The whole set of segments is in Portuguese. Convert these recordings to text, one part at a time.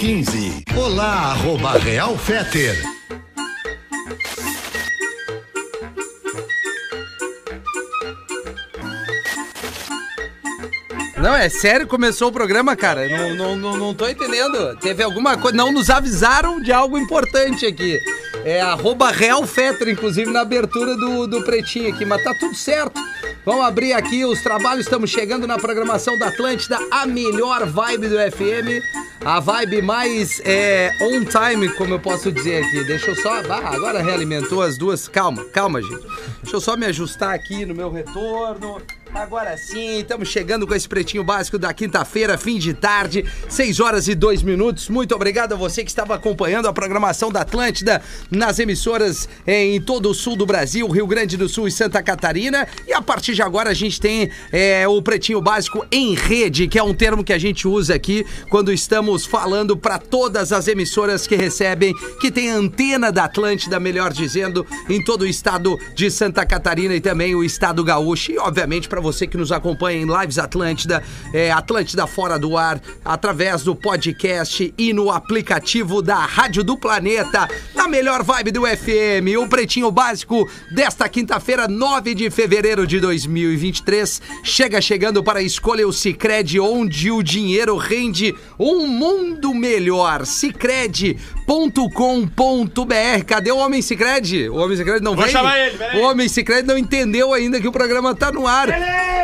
15. Olá, arroba Real Feter. Não, é sério, começou o programa, cara. Não, não, não, não tô entendendo. Teve alguma coisa. Não nos avisaram de algo importante aqui. É arroba Real Fetter, inclusive, na abertura do, do pretinho aqui, mas tá tudo certo. Vamos abrir aqui os trabalhos, estamos chegando na programação da Atlântida, a melhor vibe do FM. A vibe mais é, on time, como eu posso dizer aqui. Deixa eu só. Ah, agora realimentou as duas. Calma, calma, gente. Deixa eu só me ajustar aqui no meu retorno. Agora sim, estamos chegando com esse pretinho básico da quinta-feira, fim de tarde, 6 horas e 2 minutos. Muito obrigado a você que estava acompanhando a programação da Atlântida nas emissoras eh, em todo o sul do Brasil, Rio Grande do Sul e Santa Catarina. E a partir de agora a gente tem eh, o pretinho básico em rede, que é um termo que a gente usa aqui quando estamos falando para todas as emissoras que recebem, que tem a antena da Atlântida, melhor dizendo, em todo o estado de Santa Catarina e também o estado gaúcho. E obviamente para você que nos acompanha em Lives Atlântida, é, Atlântida Fora do Ar, através do podcast e no aplicativo da Rádio do Planeta, na melhor vibe do FM, o Pretinho Básico desta quinta-feira, 9 de fevereiro de 2023. Chega chegando para escolher o Cicred, onde o dinheiro rende um mundo melhor. Cicred.com.br. Cadê o Homem Cicred? O Homem Cicred não Vou vem? chamar ele, peraí. O Homem Cicred não entendeu ainda que o programa tá no ar.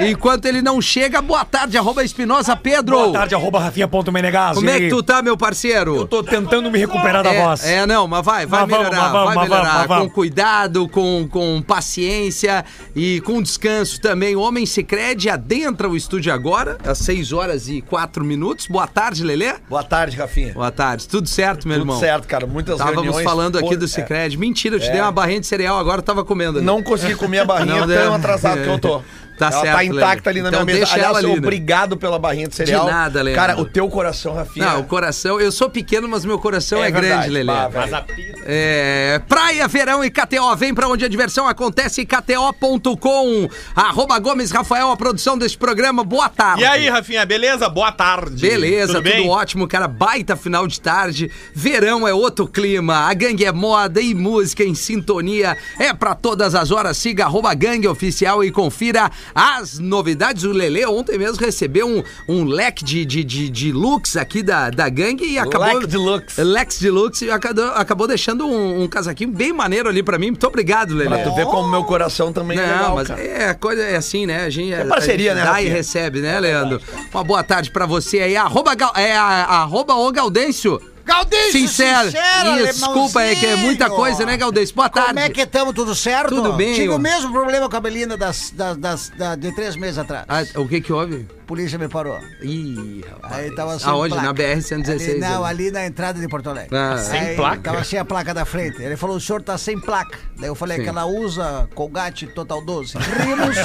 Enquanto ele não chega, boa tarde, arroba Espinosa Pedro. Boa tarde, arroba rafinha.menegas. Como é que tu tá, meu parceiro? Eu Tô tentando me recuperar da é, voz. é, não, mas vai, vai Mas vamos, melhorar, mas vamos, vai mas vamos, melhorar. mas vamos. Com cuidado, com, com paciência e com descanso também. O Homem Cicred adentra o estúdio agora, às 6 horas e 4 minutos. Boa tarde, Lelê. Boa tarde, Rafinha. Boa tarde, tudo certo, meu Tudo irmão? certo, cara. Muitas Estávamos reuniões. falando aqui Pô, do é, Cicred. Mentira, eu te É. dei uma barrinha de cereal agora, eu tava comendo. ali. não consegui comer a barrinha Não deu. tão atrasado que eu tô. Tá ela certo, tá intacta Lelê. ali na Então minha mesa. deixa Aliás, ela ali, né? obrigado pela barrinha de cereal. nada, Leandro. Cara, o teu coração, Rafinha. Não, o coração. Eu sou pequeno, mas meu coração é, grande, verdade. Lelê. Bah, velho. É, praia, verão e KTO. Vem pra onde a diversão acontece, KTO.com. Arroba Gomes Rafael, a produção desse programa. Boa tarde. E aí, Rafinha, beleza? Boa tarde. Beleza, tudo, bem? ótimo, cara. Baita final de tarde. Verão é outro clima. A gangue é moda e música em sintonia. É pra todas as horas. Siga arroba gangue oficial e confira as novidades. O Lele ontem mesmo recebeu um, um leque de, de, de, de looks aqui da, da gangue e acabou. Leque de looks. Lex de looks e acabou, acabou deixando um, um casaquinho bem maneiro ali pra mim. Muito obrigado, Lele. Pra tu ver como meu coração também Não, é legal, mas cara. é, a coisa é assim, né? A gente, é parceria, a gente né, Dá Rafinha? e recebe, né, Leandro? Uma boa tarde pra você aí. Arroba, Gal- é, a- arroba o Gaudêncio. Galdêncio, Sincero. Ih, desculpa, é que é muita coisa, né, Gaudêncio? Boa tarde. Como é que estamos? Tudo certo? Tudo bem, Tive ó. o mesmo problema com a Belina das, das, das- da- de três meses atrás. Ah, o que que houve? A polícia me parou. Ih, rapaz. Aí tava sem Aonde? placa. Na BR-116. Ali, não, né? ali na entrada de Porto Alegre. Ah. Sem Aí, placa? Tava sem a placa da frente. Ele falou, o senhor tá sem placa. Daí eu falei "É Sim. que ela usa Colgate Total 12. Rimos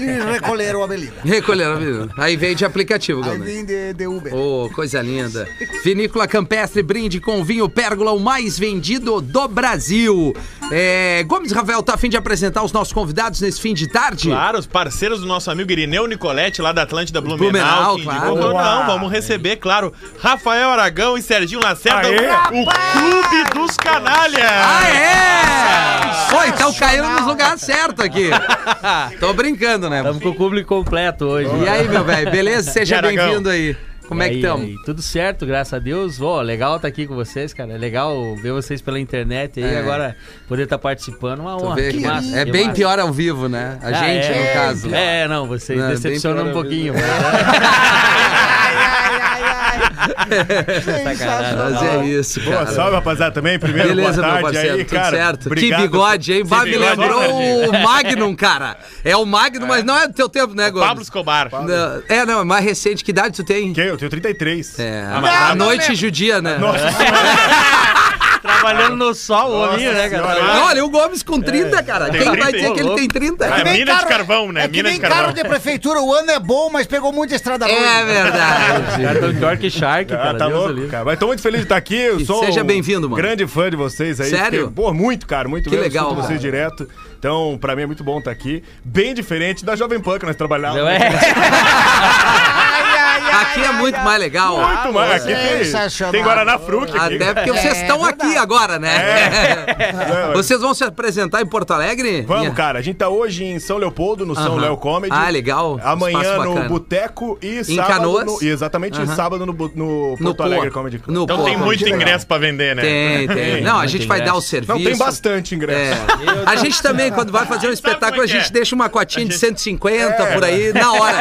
e recolheram a Belina. Recolheram, viu? Aí veio de aplicativo, Aí Gaudêncio. vim de, de Uber. Ô, coisa linda. Vinícola Campestre, brinde com vinho Pérgola, o mais vendido do Brasil. É, Gomes Ravel, tá a fim de apresentar os nossos convidados nesse fim de tarde? Claro, os parceiros do nosso amigo Irineu Nicoletti, lá da Atlântida Blumenau. Blumenau, que claro. indicou- Boa. Não, vamos receber, claro, Rafael Aragão e Serginho Lacerda, Aê. é o Clube dos Canalhas. Ah, é? Pô, então caiu nos lugares certos aqui. Tô brincando, né? Estamos com o público completo hoje. E aí, meu velho, beleza? Seja E aí, bem-vindo aí. Como é que Aí, estamos? aí, Tudo certo, graças a Deus. Ó, legal estar aqui com vocês, cara. É legal ver vocês pela internet e aí É. agora poder estar participando. Uma honra. que massa, É que bem massa. pior ao vivo, né? A Ah, gente, é, no caso. É, não, vocês Não, é bem decepcionam pior um ao pouquinho. vivo. mas- Ai, ai, ai, ai. Sensacional. Mas é isso, Boa, cara. salve, rapaziada, também. Primeiro, Beleza, boa meu tarde parceiro, aí, tudo cara. certo. Obrigado. Que bigode, hein? Bah, me bigode, lembrou o Magnum, cara. É o Magnum, mas não é do teu tempo, né, Pablo Gomes? Escobar. Não, É, não, é mais recente. Que idade tu tem? Que eu tenho 33. É, Ah, mas- a noite judia, né? Trabalhando no sol, o homem, né, cara? Senhora. Não, Olha, o Gomes com 30, cara. Tem Quem vai 30, dizer que ele louco. tem 30? É nem mina de carvão, né? É que Mina nem de carvão. carro de prefeitura, o ano é bom, mas pegou muita estrada ruim. É Cara, verdade. tão pior que Shark, Ah, cara. tá Deus louco, livre. cara. Mas tô muito feliz de estar aqui. Eu E sou seja um bem-vindo, mano. grande fã de vocês aí. Sério? Fiquei- Pô, muito, cara. Muito Que mesmo. legal, Escuto vocês direto. Então, pra mim é muito é? bom estar aqui. Bem diferente da Jovem Pan que nós trabalhávamos. É. Ai, ai, Aqui é muito mais legal. Muito mais. Aqui tem, Sensacional. tem Guaraná Fruc aqui. Ah, é. Até porque É, vocês estão verdade. aqui agora, né? Não, Vocês vão se apresentar em Porto Alegre? É. Vamos, cara. A gente tá hoje em São Leopoldo, no São Aham. Léo Comedy. Ah, legal. Amanhã Espaço no bacana. Boteco e sábado. Canoas? no- exatamente, Aham. sábado no, Bu- no Porto Poa. Alegre Comedy Club. No Então Pô, tem não, muito legal. ingresso pra vender, né? Tem, tem. Não, a gente vai dar o serviço. Não, tem bastante ingresso. É. A gente também, quando vai fazer um espetáculo, como a é que gente é? deixa uma cotinha de 150 por aí na hora.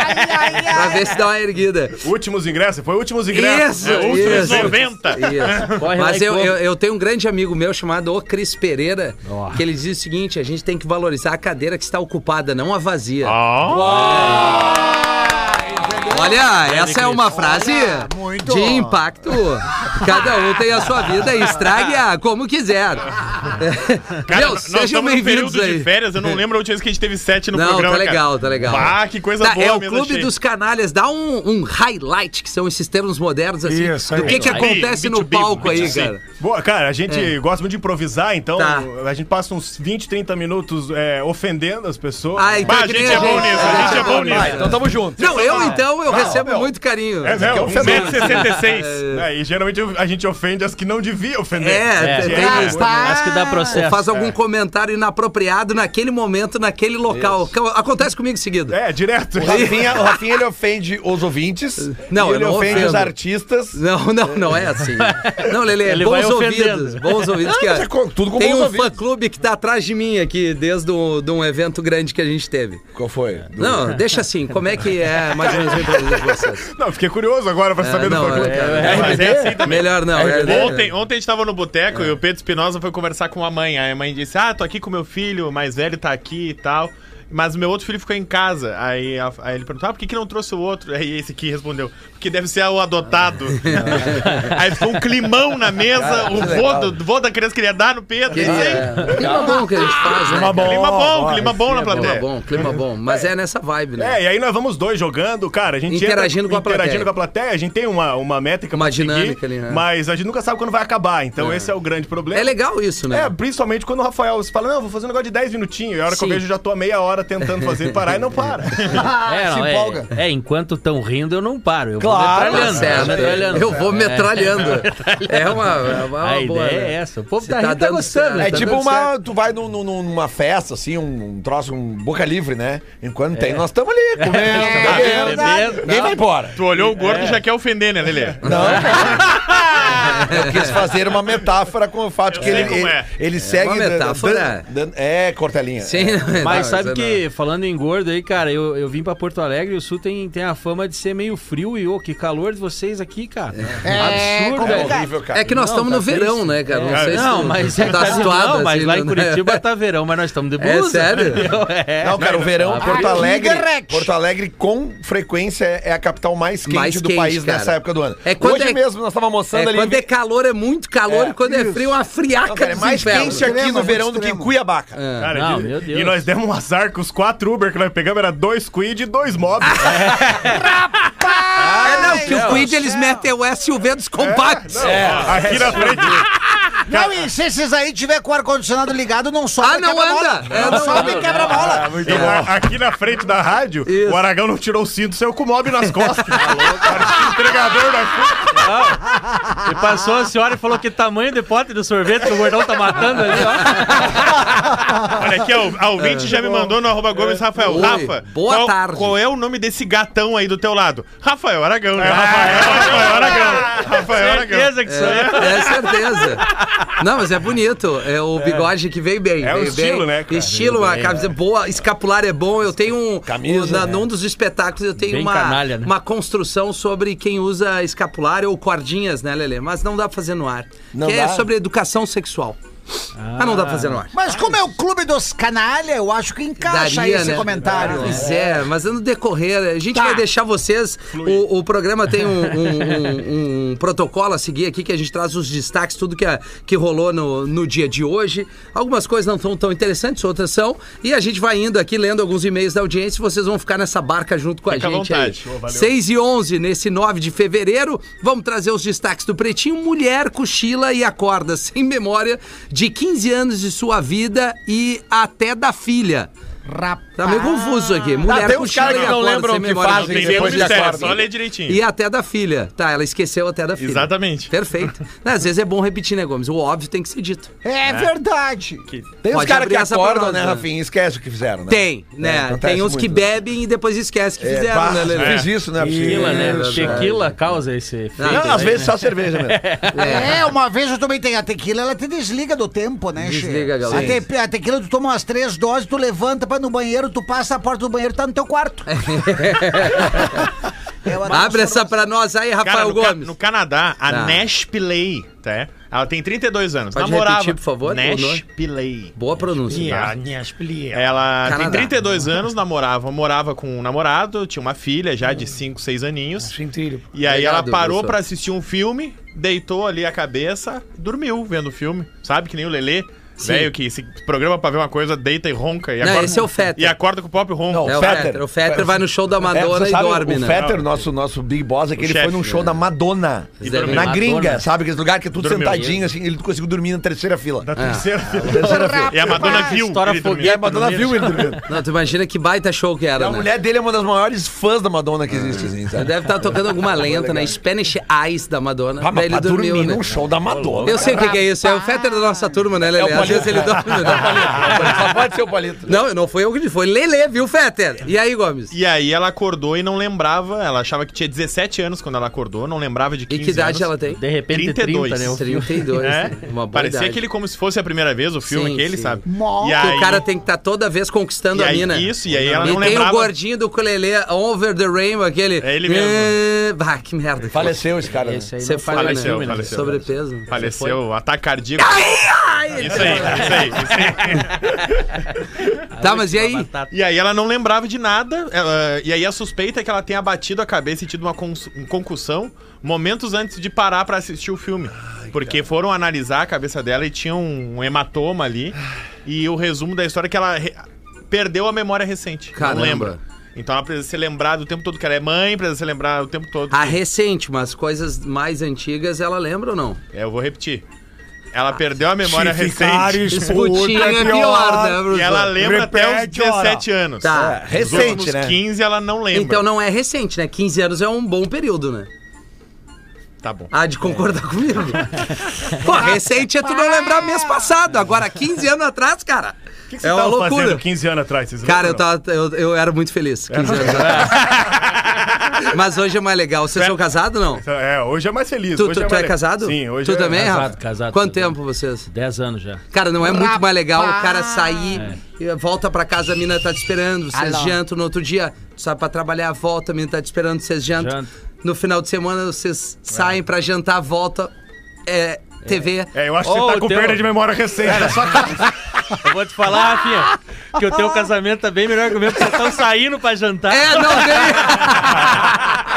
pra ver se dá uma erguida. Últimos ingressos? Foi últimos ingressos. Isso, É, outros Né? isso. 90. Isso. Corre lá Mas e eu, compra. eu, eu tenho um grande amigo meu chamado O Cris Pereira, que ele diz o seguinte: a gente tem que valorizar a cadeira que está ocupada, não a vazia. Ah. Ó. Olha, essa é uma frase muito. de impacto. Cada um tem a sua vida e estrague-a como quiser. Cara, Meu, nós estamos num período de férias, eu não lembro a última vez que a gente teve sete no Não, programa, tá legal, cara. tá legal. Ah, que coisa Tá, boa, é o mesa Clube cheia. dos Canalhas. Dá um, um highlight, que são esses termos modernos, assim. Isso, do que, aí. que acontece Aí, no B2B, palco aí, B2C. cara. Boa, cara, a gente gosta muito de improvisar, então É. Tá. a gente passa uns 20, 30 minutos é, ofendendo as pessoas. Ah, então Bah, a que nem gente é bom nisso, a gente é bom Ah, nisso. então tamo junto. tá Não, eu então, eu recebo meu. muito carinho. É, né? Um metro e sessenta e seis. É, e geralmente a gente ofende as que não devia ofender. É, Que tem- aí- tem- Acho que dá Ou processo. faz é. algum comentário inapropriado naquele momento, naquele local. Que Acontece comigo seguido. é, direto. O Rafinha, o Rafinha, ele ofende os ouvintes. Não, e eu ele não ofende ofendo. os artistas. Não, não, não é assim. Não, Lele, Ele bons vai ofendendo. ouvidos. Bons ouvidos. que, mas é co- tudo com tem bons um ouvidos. fã-clube que tá atrás de mim aqui, desde o- de um evento grande que a gente teve. Qual foi? Não, deixa assim, como é que é mais ou menos o improviso de vocês? Não, fiquei curioso agora pra saber Tá do não, Fagulho. é- É, mas é assim também. Melhor não. é- Ontem, ontem a gente tava no boteco e o Pedro Espinosa foi conversar com a mãe. Aí a mãe disse: Ah, tô aqui com meu filho, o mais velho tá aqui e tal. Mas o meu outro filho ficou em casa. Aí, a- aí ele perguntou: Ah, por que, que não trouxe o outro? Aí esse aqui respondeu: Porque deve ser o adotado. aí ficou um climão na Ah, mesa. O vô, do, vô da criança queria dar no Pedro. Queria, isso aí. é. Clima bom que a gente faz, né? Clima bom. Clima bom, Ó, clima bom na Clima plateia. bom, clima bom. Mas é nessa vibe, né? É, e aí nós vamos dois jogando, cara, a gente Interagindo com a plateia. interagindo com a plateia, a gente tem uma, uma métrica Uma pra seguir, dinâmica ali, né? mas a gente nunca sabe quando vai acabar, então esse é o grande problema. É legal isso, né? É, principalmente quando o Rafael se fala, não, vou fazer um negócio de 10 minutinhos, e a hora que eu Sim. vejo já tô a meia hora tentando fazer parar e não para. É, não, Se é- empolga. É, enquanto estão rindo, eu não paro. Eu Claro, vou Tá metralhando. certo. Eu vou metralhando. É uma, é uma A boa. ideia né? é essa. O povo Se tá, tá rindo, tá dando gostando. certo. É Tá tipo dando uma. Tu vai num- num- numa festa, assim, um, um troço, um boca livre, né? Enquanto tem, nós estamos Tá ali comendo. É bebendo. verdade. Ninguém vai embora. Tu olhou o É. gordo e já quer ofender, né, Lelê? Não. Eu quis fazer uma metáfora com o fato Eu que sei ele, como ele, é. ele segue. uma dan- metáfora. dan- dan- é, cortelinha. Sim, não, Mas não, isso sabe é que, falando em gordo aí, cara, eu, eu vim pra Porto Alegre e o Sul tem, tem a fama de ser meio frio e, ô, que calor de vocês aqui, cara. É Absurdo, É velho. horrível, não. cara. É que nós Não, estamos tá no verão, triste. né, cara? Não É. sei se não, tu- mas é, tá tá de- situado não, mas assim, lá em né? Curitiba tá verão, mas nós estamos de É blusa. sério? É. Não, cara, o verão, Ah, Porto aqui Alegre, derrete. Porto Alegre com frequência é a capital mais quente Mais do quente, país cara. nessa época do ano. É quando Hoje é- mesmo nós É, estávamos almoçando ali. quando é calor é muito calor É, e quando é frio é uma friaca Não, cara, é dos mais infernos. quente aqui Extremo, no verão do que em extremo. Cuiabá, cara. Cara, Não, e- meu Deus. E nós demos um azar que os quatro Uber que nós pegamos era dois quid e dois mob. É, não, que o Quid eles metem o SUV dos É, compactos. É. Aqui na frente. Não, e se esses aí tiver com o ar-condicionado ligado, não sobe Ah, não quebra-mola. anda. É, Não não sobe anda. quebra-mola. E a- aqui na frente da rádio, Isso. o Aragão não tirou o cinto, saiu com o mob nas costas. Parecia entregador da E passou a senhora e falou que tamanho do pote do sorvete que o gordão tá matando ali, ó. Olha aqui, ó, a ouvinte É. já me mandou no arroba Gomes Rafael. Oi, Rafa, boa qual, tarde. qual é o nome desse gatão aí do teu lado? Rafael Aragão. É, né? Rafael, Rafael Aragão. Rafael Aragão. Certeza que isso é. É certeza. Não, mas é bonito. É o bigode que veio bem. É o veio estilo, bem. né, cara? Estilo, a camisa boa, escapular é bom. Eu tenho um. Camisa, um- na- né? Num dos espetáculos eu tenho Bem uma, canalha, né? uma construção sobre quem usa escapular ou cordinhas, né, Lelê? Mas não dá pra fazer no ar. Não que é dá? sobre educação sexual. Ah, não dá pra fazer no ar. Mas como é o clube dos canalha, eu acho que encaixa aí esse né? comentário. Tá. Pois é, mas no decorrer, a gente vai deixar vocês. O, o programa tem um, um- um- um protocolo a seguir aqui que a gente traz os destaques, tudo que, a- que rolou no, no dia de hoje. Algumas coisas não são tão interessantes, outras são. E a gente vai indo aqui lendo alguns e-mails da audiência. Vocês vão ficar nessa barca junto com Fica a à gente. vontade. aí. Ô, valeu. 6 e 11 nesse 9 de fevereiro. Vamos trazer os destaques do Pretinho. Mulher cochila e acorda sem memória de 15 anos de sua vida e até da filha. Rapaz. Tá meio confuso aqui. Mulher Tá, tem com uns caras chile que não acorda, lembram sem o que memória de fazem quem depois foi. de acorda. Só lê direitinho. E até da filha. Tá, ela esqueceu até da filha. Exatamente. Perfeito. Não, às vezes é bom repetir, né, Gomes? O óbvio tem que ser dito. É verdade. Tem uns Pode caras abrir que essa pra acordam, nós, né, né? Rafinha? e Esquece o que fizeram, né? Tem, né? acontece Tem uns muito, que né? bebem e depois esquece que É, fizeram, pá, né, Lelê? Fiz isso, né? Tequila, né? É, Tequila causa esse efeito. Não, às vezes só cerveja mesmo. É, uma vez eu também tenho a tequila, ela te desliga do tempo, né, Che? Desliga, galera. A, te, a tequila, tu toma umas três doses, tu levanta pra ir no banheiro, tu passa a porta do banheiro, tá no teu quarto. É uma Abre essa pra nós aí, Cara, Rafael no, Ca- Gomes. no Canadá, a Tá. Nash Pillay, tá? Ela tem 32 anos. Pode namorava. repetir, por favor, o Nash nome? Pillay. Boa pronúncia. É, Yeah, Nash Pillay. É. Ela Canadá. tem 32 anos, namorava, morava com um namorado, tinha uma filha já de 5, 6 aninhos. E aí Obrigado, ela parou professor. pra assistir um filme, deitou ali a cabeça, dormiu vendo o filme. Sabe que nem o Lelê, Sim. velho, que se programa pra ver uma coisa, deita e ronca. E Não, acorda, esse é o Fetter. E acorda com o próprio ronco. Não, É o Fetter. Fetter. O Fetter vai no show da É, Madonna você e sabe, dorme, o né? Fetter, nosso, nosso Big Boss, é que ele chefe, foi num show da Madonna. Zé Na Vem. Madonna. gringa, sabe? Aquele lugar que é tudo Dormiu. sentadinho, assim, ele conseguiu dormir na terceira fila. Ah, Na Terceira fila. terceira fila. E a Madonna viu. Estoura ele dormindo. E aí a Madonna viu ele dormindo. Não, tu imagina que baita show que E era, a né? mulher dele é uma das maiores fãs da Madonna que existe, assim, sabe? Deve estar tocando alguma lenta, né? Spanish Eyes da Madonna. Ah, Daí mas ele pra dormiu, dormir né? num show da Madonna. Eu sei o que, que é isso. É o Fetter da nossa turma, né, Lelê? É Às o vezes ele dorme. né? Só pode ser o palito. Não, não foi eu que disse, foi Lelê, viu, Fetter? E aí, Gomes? E aí ela acordou e não lembrava. Ela achava que tinha 17 anos quando ela acordou, não lembrava de 15 E anos. que idade ela tem? De repente 32. 30, né? o- 32. É, né? Uma boa parecia idade. aquele como se fosse a primeira vez o filme Sim, que ele sim. sabe. Mó. E Que aí, né? o cara tem que estar toda vez conquistando e a aí, mina. Isso, e aí ela e não tem lembrava. o gordinho do ukulele, Over the Rainbow, aquele... É ele mesmo. Eh, bah, que merda. Faleceu esse cara. né? Esse aí Você não foi, faz né? mais filme, né? faleceu. Sobrepeso. Faleceu, ataque cardíaco. Isso aí, isso aí, isso aí. Tá, mas e aí? E aí ela não lembrava de nada, ela- e aí a suspeita é que ela tenha batido a cabeça e tido uma cons- um concussão momentos antes de parar pra assistir o filme. porque foram analisar a cabeça dela e tinha um, um hematoma ali. E o resumo da história é que ela re- perdeu a memória recente. Caramba. Não lembra. Então ela precisa ser lembrada o tempo todo que ela é mãe, precisa ser lembrada o tempo todo. A recente, mas coisas mais antigas, ela lembra ou não? É, eu vou repetir. Ela perdeu a memória recente. Putinha é pior, né, Bruno? E ela lembra até os Repete, ora. 17 anos. Tá. É, Os últimos recente, né? 15 ela não lembra. Então não é recente, né? 15 anos é um bom período, né? Tá bom. Ah, de concordar comigo. Pô, recente é tu não lembrar mês passado. Agora, 15 anos atrás, cara. que você é uma tava loucura. fazendo 15 anos atrás? Vocês Cara, eu, lembram? tava, eu, eu era muito feliz. 15 anos atrás. Mas hoje é mais legal. Vocês são casados ou não? Tu, É, hoje é mais feliz. tu, hoje tu é, é, mais- casado? Sim, hoje Tu é... também, Casado, Rafa? casado, Quanto casado. tempo vocês? 10 anos já. Cara, não é muito mais legal o cara sair, eh, volta pra casa, a mina tá te esperando, vocês Alô. jantam no outro dia, sai pra trabalhar, volta, a mina tá te esperando, vocês jantam. Janta. No final de semana vocês saem pra jantar, volta, é, TV. É, eu acho que Ô, você tá com teu- perda de memória recente. Era só Eu vou te falar, Rafinha, que o teu casamento tá bem melhor que o meu, porque vocês estão saindo pra jantar. É, não tem!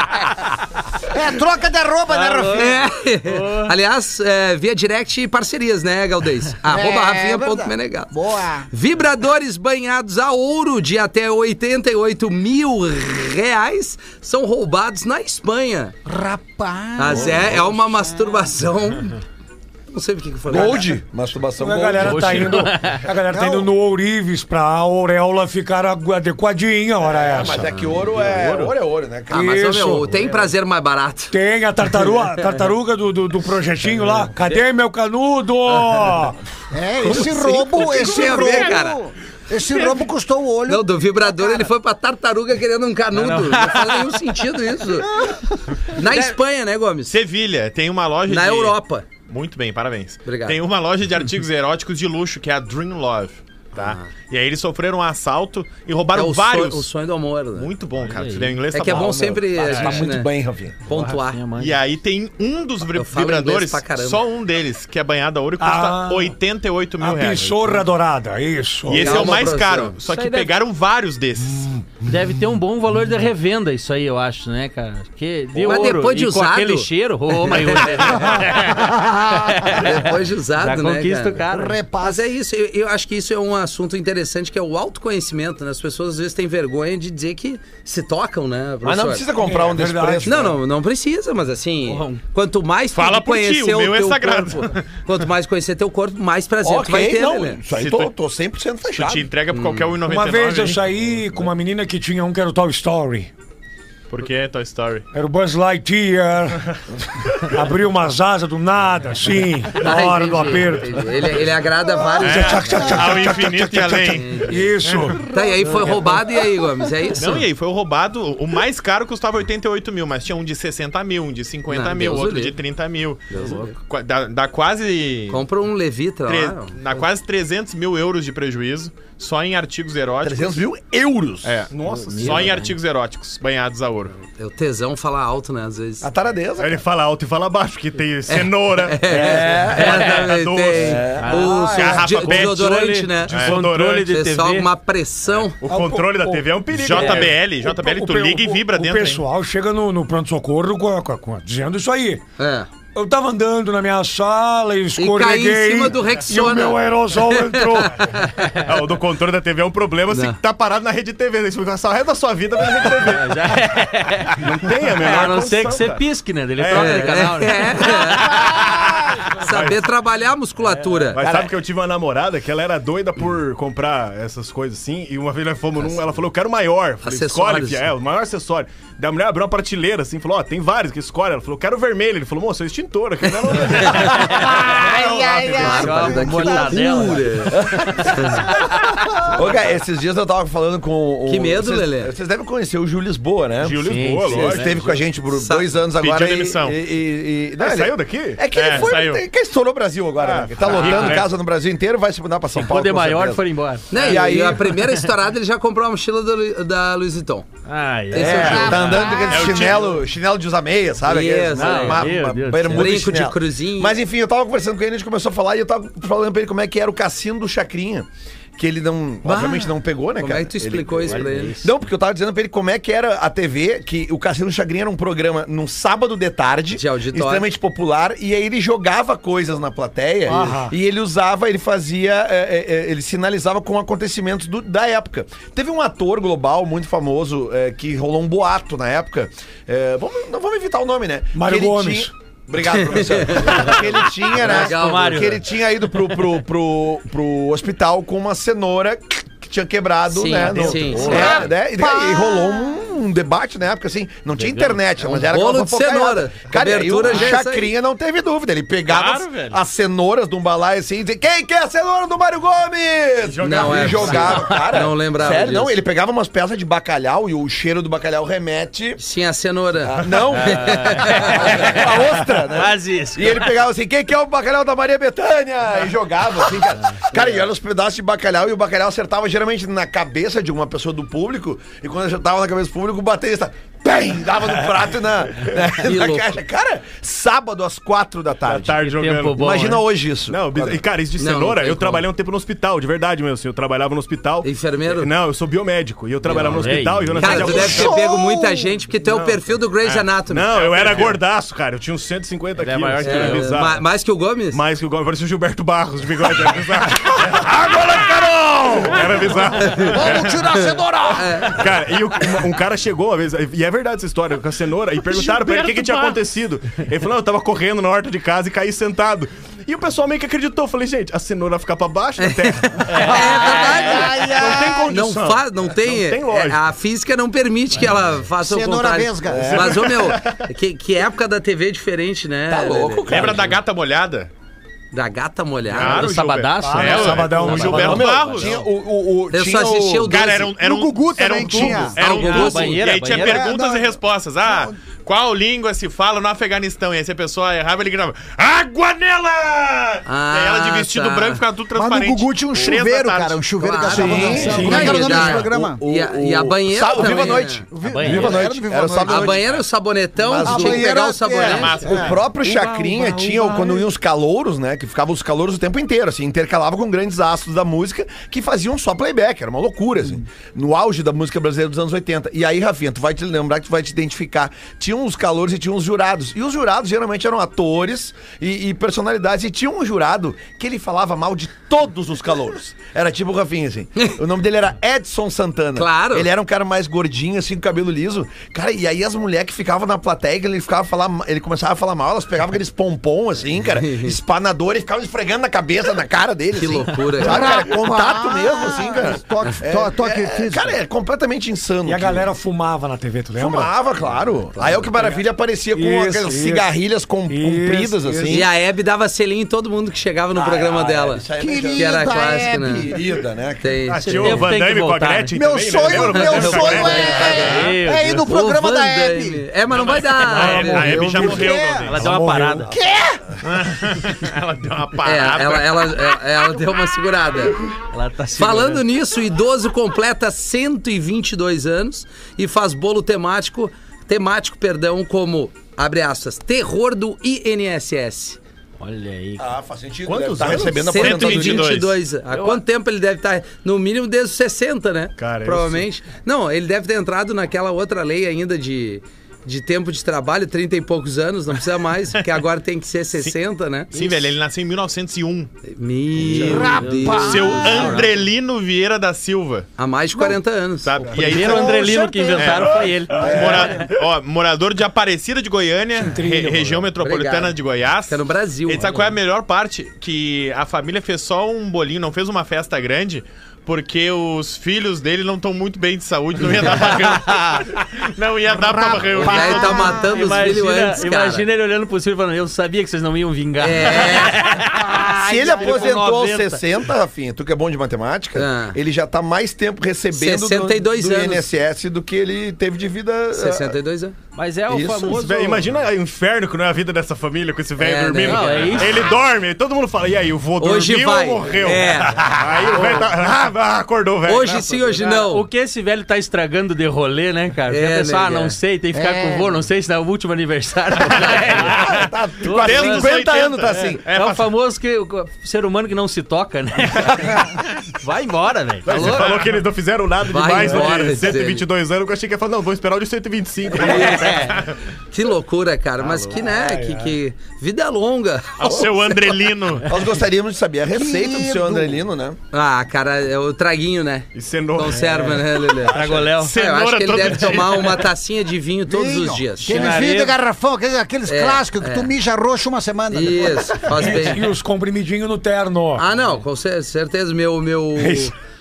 É troca de roupa, né, Rafinha? É. Aliás, é, via direct e parcerias, né, Galdês? Arroba rafinha.menegato. Boa. Vibradores banhados a ouro de até 88 mil reais são roubados na Espanha. Rapaz. Mas é, é uma masturbação. Não sei o que que eu falei. Gold. Masturbação A gold. galera tá indo, a galera tá indo no ourives pra auréola ficar agu- adequadinha, hora essa. Mas é que ouro é ouro, é ouro né, Ah, cara? mas ô, meu, Isso. tem prazer mais barato. Tem a É. tartaruga, a tartaruga do, do, do projetinho lá. Cadê meu canudo? É, esse roubo, O que que esse assim? tem a roubo. ver, cara? Esse roubo custou o olho. Não, do vibrador ele foi pra tartaruga querendo um canudo. Não, faz nenhum sentido isso. Na Espanha, né, Gomes? Sevilha tem uma loja Na de... Europa. É Muito bem, parabéns. Obrigado. Tem uma loja de artigos eróticos de luxo, que é a Dream Love, tá? E aí eles sofreram um assalto Ah. e É roubaram o, vários. sonho, o sonho do amor. Né? Muito bom, cara. Tu leu em inglês, é tá que é bom meu. sempre a gente, Tá muito né, bem, Rafinha. pontuar. Minha mãe. E aí tem um dos vibra- Eu falo vibradores, inglês pra caramba. só um deles, que é banhado a ouro, e custa Ah. 88 mil A reais. pissorra dourada, isso. E esse é o Calma, mais professor. caro. Só Isso que aí deve- pegaram vários desses. Hum, Deve ter um bom valor de revenda isso aí, eu acho, né, cara? Porque de Mas ouro depois de e usado- com aquele cheiro, ô, né? mas eu- Depois de usado, Já né, conquista o cara? cara. Mas é isso, eu, eu acho que isso é uma, assunto interessante que é o autoconhecimento, né? As pessoas às vezes têm vergonha de dizer que se tocam, né? Mas não professor? precisa comprar um desse verdade. preço. Não, não, não precisa, mas assim, quanto mais tu um Fala por ti, o meu é teu sagrado. corpo, quanto mais conhecer teu corpo, mais prazer tu Ok, vai ter, não. né? Isso aí Se tô, tu- tô 100% Tu fechado. te entrega por Hum. qualquer 1,99. Uma vez eu hein? saí com uma menina que tinha um que era o Toy Story. Por que é Toy Story? Era o Buzz Lightyear. Abriu umas asas do nada, assim, na Ah, hora do entendi, aperto. entendi. Ele, ele agrada Hum. vários. É, ao infinito e além. Isso. É. Tá, e aí foi roubado, e aí, Gomes? É isso? Não, e aí, foi roubado. O mais caro custava 88 mil, mas tinha um de 60 mil, um de 50 Não, mil, Deus o outro de livre. 30 mil. Qua- Dá, dá quase. Compra um Levitra tre- lá. Dá quase 300 mil euros de prejuízo só em artigos eróticos. 300 mil euros. É. Nossa Só em artigos eróticos, banhados a ouro. É o tesão falar alto, né? Às vezes. A taradeza. Aí ele fala alto e fala baixo, que tem cenoura. É, também doce. tem o- tá Ah, garrafa o Pet. desodorante, né? Controle de Pessoal, TV. uma pressão. O controle da TV é um perigo. né? JBL, JBL, tu pe- liga e vibra o dentro. hein? pessoal chega no, no pronto-socorro com a- com a- com a- dizendo isso aí. É. Eu tava andando na minha sala e escorreguei. cima do E Rexona. o meu aerosol entrou. Ah, o do controle da TV é um problema Não. se tá parado na rede TV. Né? Você vai passar o resto da sua vida na rede TV. é. Não tem a menor É, a não ser que condição, você cara. pisque, né? Ele troca de canal, É, né? é. Saber trabalhar a musculatura. É, Mas sabe que eu tive uma namorada que ela era doida por comprar essas coisas assim. E uma vez nós fomos num, ela falou, eu quero o maior. Eu Falei, escolhe, Acessórios. fia. É, o maior acessório. Daí a mulher abriu uma prateleira assim, falou, ó, tem vários que escolhe. Ela falou, eu quero o vermelho. Ele falou, moço, é extintor. Aqui não é Só uma né? mortadela. Ô, cara, esses dias eu tava falando com. o- Que medo, vocês, Lelê. Vocês devem conhecer o Gil Lisboa, né? Gil Lisboa, Ele lógico. esteve com a gente por Sa- dois anos agora. Pediu e- demissão. E, e- e- não, Ah, ele- saiu daqui? É que ele É, foi. saiu. é que ele estourou o Brasil agora, né? Ele tá lotando né? casa no Brasil inteiro, vai se mudar pra São Paulo. Poder com é maior certeza. foi embora. Né, E e aí- a primeira estourada ele já comprou uma mochila do Lu- da Louis Vuitton. Ai, Esse É, é o jogo. tá andando com aquele É o time. chinelo, chinelo de usar meia, sabe? Isso, Aqueles, né? uma- Meu uma Deus do céu. bermuda e Brinco de chinelo. cruzinho. Mas enfim, eu tava conversando com ele, a gente começou a falar e eu tava falando pra ele como é que era o cassino do Chacrinha. Que ele não, Bah, obviamente não pegou, né, Como cara? é que tu explicou ele, isso pra ele? Não, porque eu tava dizendo pra ele como é que era a TV, que o Cassino do Chagrin era um programa num sábado de tarde, De auditório. extremamente popular, e aí ele jogava coisas na plateia e ele usava, ele fazia, é, é, é, ele sinalizava com acontecimentos do- da época. Teve um ator global muito famoso é, que rolou um boato na época. é, vamos- não vamos evitar o nome, né? Mário Que ele Gomes. tinha- Obrigado, professor. que ele tinha, né? Legal, Mário. que ele tinha ido pro, pro, pro, pro hospital com uma cenoura que tinha quebrado, Sim, né? sim, sim. É, né? E, e rolou um, um debate na época, assim, não tinha internet, mas era É um bolo aquela de fofocaiada. cenoura. Cara, e aí Abertura o já é isso aí. Chacrinha não teve dúvida, ele pegava Claro, as- velho. as cenouras de um balaio assim e dizia, quem quer a cenoura do Mário Gomes? Não, e é jogava, possível. cara. Não lembrava Sério, não, disso. ele pegava umas peças de bacalhau e o cheiro do bacalhau remete... Sim, a cenoura. Não, Ah. a ostra, né? Quase isso. E ele pegava assim, quem que é o bacalhau da Maria Bethânia? E jogava assim, cara. Cara, e era os pedaços de bacalhau e o bacalhau acertava geralmente na cabeça de uma pessoa do público. E quando acertava na cabeça do público, o baterista, bem, dava no prato e na, né, na, na louco. caixa. Cara, sábado às quatro da tarde. Tarde Tempo jogando. bom. Imagina né? hoje isso. Não, biz- e cara, isso de Não, não cenoura, tem eu como. trabalhei um tempo no hospital, de verdade, meu senhor. Eu trabalhava no hospital. É, Enfermeiro? Não, eu sou biomédico. E eu trabalhava no Olha aí. hospital e eu Cara, tu fazia- deve ter pego muita gente, porque tu é o perfil do Grey's Anatomy. Não, eu era gordaço, cara. Eu tinha uns 150 é quilos. maior que cara, eu. É, bizarro. ma- mais que o Gomes? Mais que o Gomes, parecia o Gilberto Barros de bigode. Era bizarro. Agora, Carol! Era bizarro. Vamos tirar a cenoura! Cara, e o- um cara chegou uma vez, e é verdade essa história, com a cenoura, e perguntaram pra ele o que, que tinha acontecido. Ele falou: "Não, eu tava correndo na horta de casa e caí sentado. E o pessoal meio que acreditou. Eu Falei, gente, a cenoura vai ficar pra baixo da terra. É verdade. Não tem Não, condição. faz, não tem. Não tem lógica. é, a física não permite que ela faça o Cenoura contrário. vesga. É. Mas, ô meu, que, que época da TV diferente, né? Tá louco, Lelê? cara. Lembra da gata molhada? Da gata molhada. Claro, O sabadaço, Gilberto. né? É, o- Ah, Sabadão, O sabadão. Gilberto Ô, meu, Barros. Tinha o, o, o, Eu tinha só assisti o Cara, 12. era um, era No um, Gugu era também um tinha. tubo. Era Ah, um o Gugu, tubo. banheira, e aí tinha banheira. perguntas É, não. e respostas. Ah, qual língua se fala no Afeganistão? E aí se a pessoa errava, ele gritava, água nela! Ah, e aí ela de vestido tá. branco ficava tudo Mas transparente. no Gugu tinha um Três da chuveiro, tarde. cara. Um chuveiro Claro, que achava sim, dançando. sim. Como é que era o nome Não, desse e da- programa? E a, e a banheira. Sa- o também, Viva né? Noite. O Vi- banheira. Viva Noite. Era do Viva Era só Noite. A banheira, o sabonetão, Mas tu tinha o- que banheira pegar é- o sabonete. É. O próprio Chacrinha tinha, o- quando iam os calouros, né? Que ficavam os calouros o tempo inteiro, assim, intercalava com grandes astros da música que faziam só playback, era uma loucura, assim. No auge da música brasileira dos anos 80. E aí, Rafinha, tu vai te lembrar que tu vai te identificar. Tinha um, tinham os calores e tinham os jurados. E os jurados geralmente eram atores e, e personalidades. E tinha um jurado que ele falava mal de todos os calores. Era tipo o Rafinha, assim. O nome dele era Edson Santana. Claro. Ele era um cara mais gordinho, assim, com cabelo liso. Cara, e aí as mulheres que ficavam na plateia, que ele ficava a falar, ele começava a falar mal, elas pegavam aqueles pompom, assim, cara, espanador, e ficavam esfregando na cabeça, na cara dele. Que assim. loucura. Sabe, cara, contato mesmo, assim, cara. Ah, Toque, to- toque é, físico. Cara, é completamente insano. E a aquilo. galera fumava na TV, tu lembra? Fumava, claro. Aí é o que maravilha aparecia com Isso, aquelas isso. cigarrilhas com- Isso, compridas, isso. assim. E a Hebe dava selinho em todo mundo que chegava no programa dela. isso aí é legal. que era Querida clássico, né? Querida, né? cara? Tem, Ah, isso. tinha Esse o Van tem que Damme com a voltar, né? Gretchen Meu também, sonho, lembra? meu Lembra? sonho é, Meu é ir no Deus. programa O da Van Hebe. Damme. É, mas não vai dar. A Hebe- a Hebe já morreu, É. Ela Galdense. deu uma morreu. parada. Ela deu uma É, parada. ela, ela, ela- é, ela deu uma segurada. Ela tá segurando. Falando nisso, o idoso completa 122 anos e faz bolo temático, temático, perdão, como abre aspas, terror do INSS. Olha aí. Ah, faz sentido. Deve Quantos tá é anos? recebendo aposentadoria. 122. Há quanto tempo ele deve estar? No mínimo desde os 60, né? Cara, eu Provavelmente. Não, ele deve ter entrado naquela outra lei ainda de, de tempo de trabalho, 30 e poucos anos, não precisa mais, porque agora tem que ser 60, né? Sim, velho, ele nasceu em 1901. Meu Deus. Seu Andrelino Vieira da Silva, Há mais de 40 anos. sabe? O E aí primeiro foi- Andrelino que inventaram foi ele. Mora- É. ó, morador de Aparecida de Goiânia, re- região metropolitana Obrigado. de Goiás. Fica no Brasil. E sabe qual é a melhor parte? Que a família fez só um bolinho, não fez uma festa grande, porque os filhos dele não estão muito bem de saúde, não ia dar pra reunir. Não ia dar pra Então, O velho reunir. tá matando os filhos Imagina, antes, cara. imagina ele olhando pro Silvio e falando, eu sabia que vocês não iam vingar. É, Se ele aposentou aos 90. 60, Rafinha, tu que é bom de matemática, Ah. ele já tá mais tempo recebendo 62 do, do anos. INSS do que ele teve de vida. ah, 62 anos. Mas é o Isso, Esse famoso... velho- Imagina o inferno que não é a vida dessa família com esse velho É, dormindo. não, é isso. Ele dorme, todo mundo fala, e aí, o vô Hoje dormiu vai. ou morreu? É. Aí o velho tá, ah, ah, acordou, velho. Hoje sim, hoje Cara, não. O que esse velho tá estragando de rolê, né, cara? Porque É, a pessoa, né, ah, não cara? sei, tem que ficar É. com o vô, não sei se dá o último aniversário. Ah, tá, com há Desde os 50 anos tá 80, assim. É, o famoso que, o ser humano que não se toca, né? Vai embora, velho. Você Falou? falou que eles não fizeram nada Vai demais né? embora, de diz 122 anos, que eu achei que ia falar, não, vou esperar o de 125. É. Que loucura, cara. Mas que, né? que, que vida longa. O seu Andrelino. Nós gostaríamos de saber a receita do seu Andrelino, né? Ah, cara, é o traguinho, né? E cenoura. Conserva, né, Lelê? Tragoléu. É, eu acho Cenoura que ele todo deve dia. tomar uma tacinha de vinho é todos os dias. Aqueles Chinaria. vinhos de garrafão, aqueles, aqueles É, clássicos que é. tu mija roxo uma semana. depois. Isso, faz E bem. os comprimidinhos no terno. Ah, não, com cer- certeza. Meu, meu,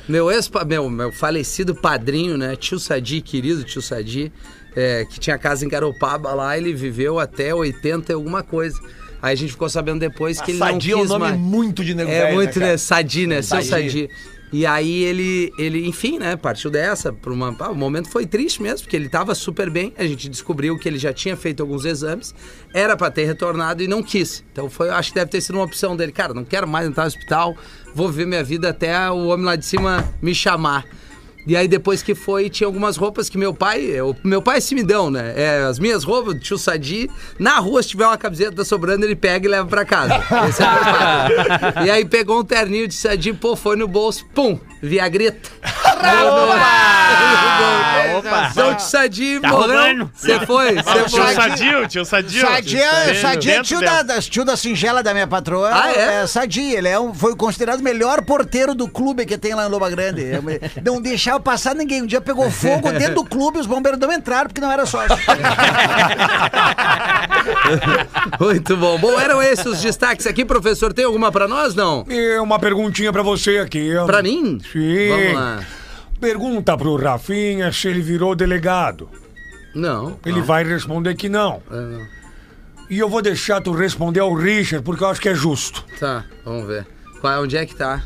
meu ex, meu, meu falecido padrinho, né? Tio Sadi, querido tio Sadi, é, que tinha casa em Garopaba lá, ele viveu até 80 e alguma coisa. Aí a gente ficou sabendo depois que ele não Sadia é um quis nome mais. muito de negócio. É muito, né? cara? Sadi, né? Seu Sadi. Sadi. E aí ele, ele, enfim, né? Partiu dessa. Pra uma, pá, o momento foi triste mesmo, porque ele tava super bem. A gente descobriu que ele já tinha feito alguns exames. Era pra ter retornado e não quis. Então foi, acho que deve ter sido uma opção dele. Cara, não quero mais entrar no hospital. Vou viver minha vida até o homem lá de cima me chamar. E aí depois que foi, tinha algumas roupas que meu pai, eu- meu pai é simidão, né? É, as minhas roupas do tio Sadi, na rua se tiver uma camiseta sobrando, ele pega e leva pra casa. Esse é meu pai. e aí pegou um terninho de Sadi, pô, foi no bolso, pum, Viagreta. Opa! Opa! Seu tio Tá Sadi morreu, roubando. você foi, você Tá Tio foi. Sadio, tio Sadio. Sadia, Tio Sadia é tio Dentro da, dessa. das- tio da singela da minha patroa. Ah, é? Sadia, ele é um, foi considerado o melhor porteiro do clube que tem lá em Loba Grande. É, mas Não deixava passar ninguém. Um dia pegou fogo dentro do clube, os bombeiros não entraram porque não era sócio. Muito bom. Bom, eram esses os destaques aqui, professor. Tem alguma pra nós, não? E uma perguntinha pra você aqui. Pra mim? Sim. Vamos lá. Pergunta pro Rafinha se ele virou delegado. Não. Ele Ah. não. vai responder que não. Ah, É, não. E eu vou deixar tu responder ao Richard, porque eu acho que é justo. Tá, vamos ver. Qual, onde é que tá?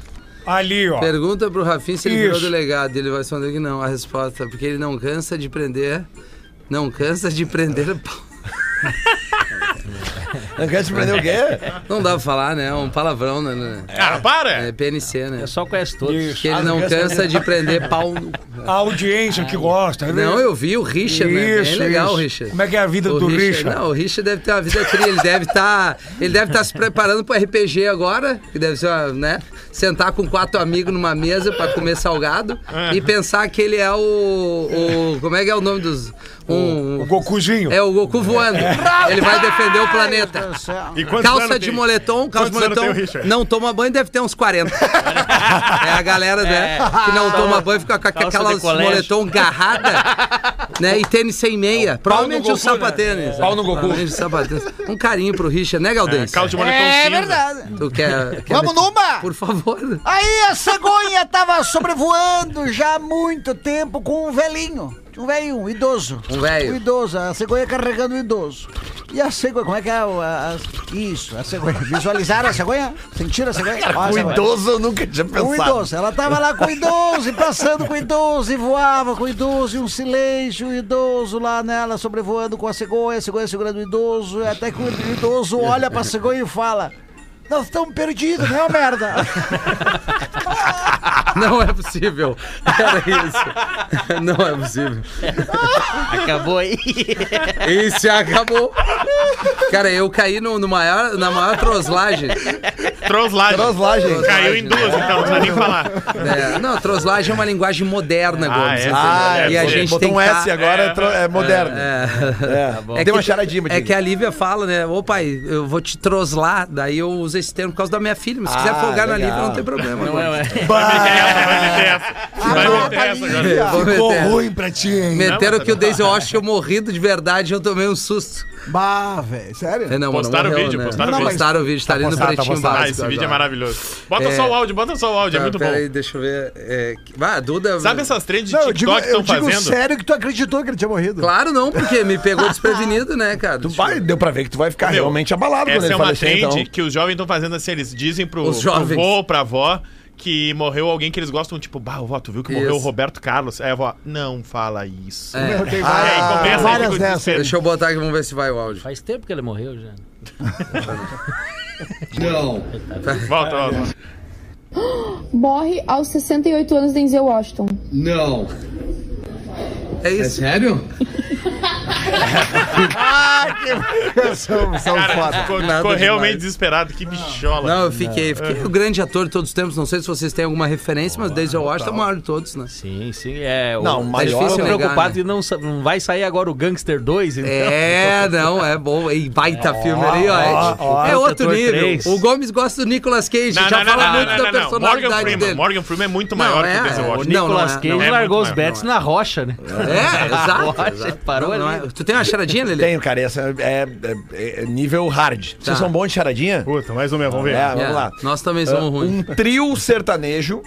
Ali, ó. Pergunta pro Rafinha se ele virou Isso. delegado. Ele vai responder que não. A resposta, porque ele não cansa de prender. Não cansa de prender. Não quer surpreender o quê? Não dá pra falar, né? É um palavrão, né, né? Ah, para! É PNC, né? Eu só conheço todos. Que ele Ah, não cansa de prender pau no. A audiência que gosta. né? Não, eu vi o Richard, né? Bem Isso, legal, isso. o Richard. Como é que é a vida do Richard? Não, o Richard deve ter uma vida cria, ele deve estar, ele deve estar se preparando pro RPG agora, que deve ser, uma, né, sentar com quatro amigos numa mesa pra comer salgado e pensar que ele é o, o- como é que é o nome dos um- O Gokuzinho. É o Goku voando. Ele vai defender o planeta. E quantos Calça anos de tem? moletom, calça de Quantos anos moletom. tem o Richard? Não toma banho, deve ter uns 40. é a galera, né? Que não toma banho, fica com Calça de aquelas colégio. moletom garrada, né? E tênis sem meia. Provavelmente Goku, o sapatênis. Né? Pau no Goku. Provavelmente o sapatênis. Um carinho pro Richard, né, Galdês? Caldo de moletom É cinza. verdade. Tu quer, quer Vamos numa! Por favor. Aí a cegonha tava sobrevoando já há muito tempo com um velhinho. Um velhinho, um idoso. Um velho. Um idoso, a cegonha carregando um idoso. E a cegonha, como é que é? o- a- a- isso, a cegonha. Visualizaram a cegonha? Sentiram a cegonha? Ó, a cegonha. idoso eu nunca Um tinha Com o pensado. idoso, ela tava lá com o idoso, e passando com o idoso, e voava com o idoso, e um silêncio, o idoso lá nela, sobrevoando com a cegonha, a cegonha segurando o idoso, até que o idoso olha pra cegonha e fala: Nós estamos perdidos, né, ô merda? Não é possível. Era isso. Não é possível. Acabou aí. E se acabou. Cara, eu caí no, no maior, na maior troslagem. né? Troslagem. Troslagem. Caiu em duas, então, não precisa nem falar. É, não, troslagem é uma linguagem moderna, Ah, Gomes. é? Ah, E é, a sim. gente botou tem um que S tá- agora, é, tro- é moderno. É. É Deu que- uma charadinha, É Matilde. que a Lívia fala, né? Ô pai, eu vou te troslar. Daí eu uso esse termo por causa da minha filha. Mas se quiser Ah, folgar na legal. Lívia, não tem problema. Não é, ué. Vai meter tá essa, vai meter essa. Vai Tá, Ah, meter essa agora. Eu vou Ficou meter. ruim pra ti, né, hein? Meteram que o Daisy Washington morrido de verdade eu tomei um susto. Bah, velho, É, sério? não, Postaram mano, o morreu, vídeo, né? postaram Não, o mas- Postaram o vídeo, tá ali no postado, tá pretinho postado. básico. Ah, esse vídeo é agora. maravilhoso. Bota É. Tá, só o áudio, bota só o áudio, é muito bom. Peraí, deixa eu ver. É, que- Vai, a Duda. Sabe essas trends de Não, eu digo, TikTok que eu estão digo fazendo? sério que tu acreditou que ele tinha morrido. Claro não, porque me pegou desprevenido, né, cara? Tu vai, deu pra ver que tu vai ficar Meu, realmente abalado quando Essa ele é uma falecer, trend então. que os jovens estão fazendo assim, eles dizem pro, pro Os jovens. vô, pra avó, que morreu alguém que eles gostam, tipo, bah, vó, tu viu que morreu o Isso. Roberto Carlos? Aí a avó, não fala isso. É. Eu Aí tenho Ah, começa, várias- aí várias fica o dessas. desespero. Deixa eu botar aqui, vamos ver se vai o áudio. Faz tempo que ele morreu já. Volta, volta. Morre aos 68 anos Denzel Washington. É isso. sério? São, são Cara, foda. ficou, Nada ficou demais. realmente desesperado, que bichola. Não, eu fiquei. Fiquei o grande ator de todos os tempos. Não sei se vocês têm alguma referência, mas Daisy Washington é o maior de todos, né? Sim, sim. É, Não, o... maior Eu tô não. Negar, preocupado Tá né? que não, sa- não vai sair agora o Gangster 2, então. É, não, é bom. E baita filme ali, ó. é, ó, é outro Protetor nível. três. O Gomes gosta do Nicolas Cage, Não, já não, não, fala não, muito não, da não, não. Morgan personalidade Freeman. dele. Morgan Freeman é muito Não, maior é, que o Denzel é, O Washington. Não, não é, Nicolas Cage não é largou muito os maior, bets não na rocha, né? É, exato. Rocha, exato. parou Não, não ali. é. Tu tem uma charadinha, Lelê? Tenho, cara, essa é, é- é nível hard. Tá. Vocês são bons de charadinha? Puta, mais ou menos, vamos ver. É, vamos É, lá. Nós também somos ruins. Um trio sertanejo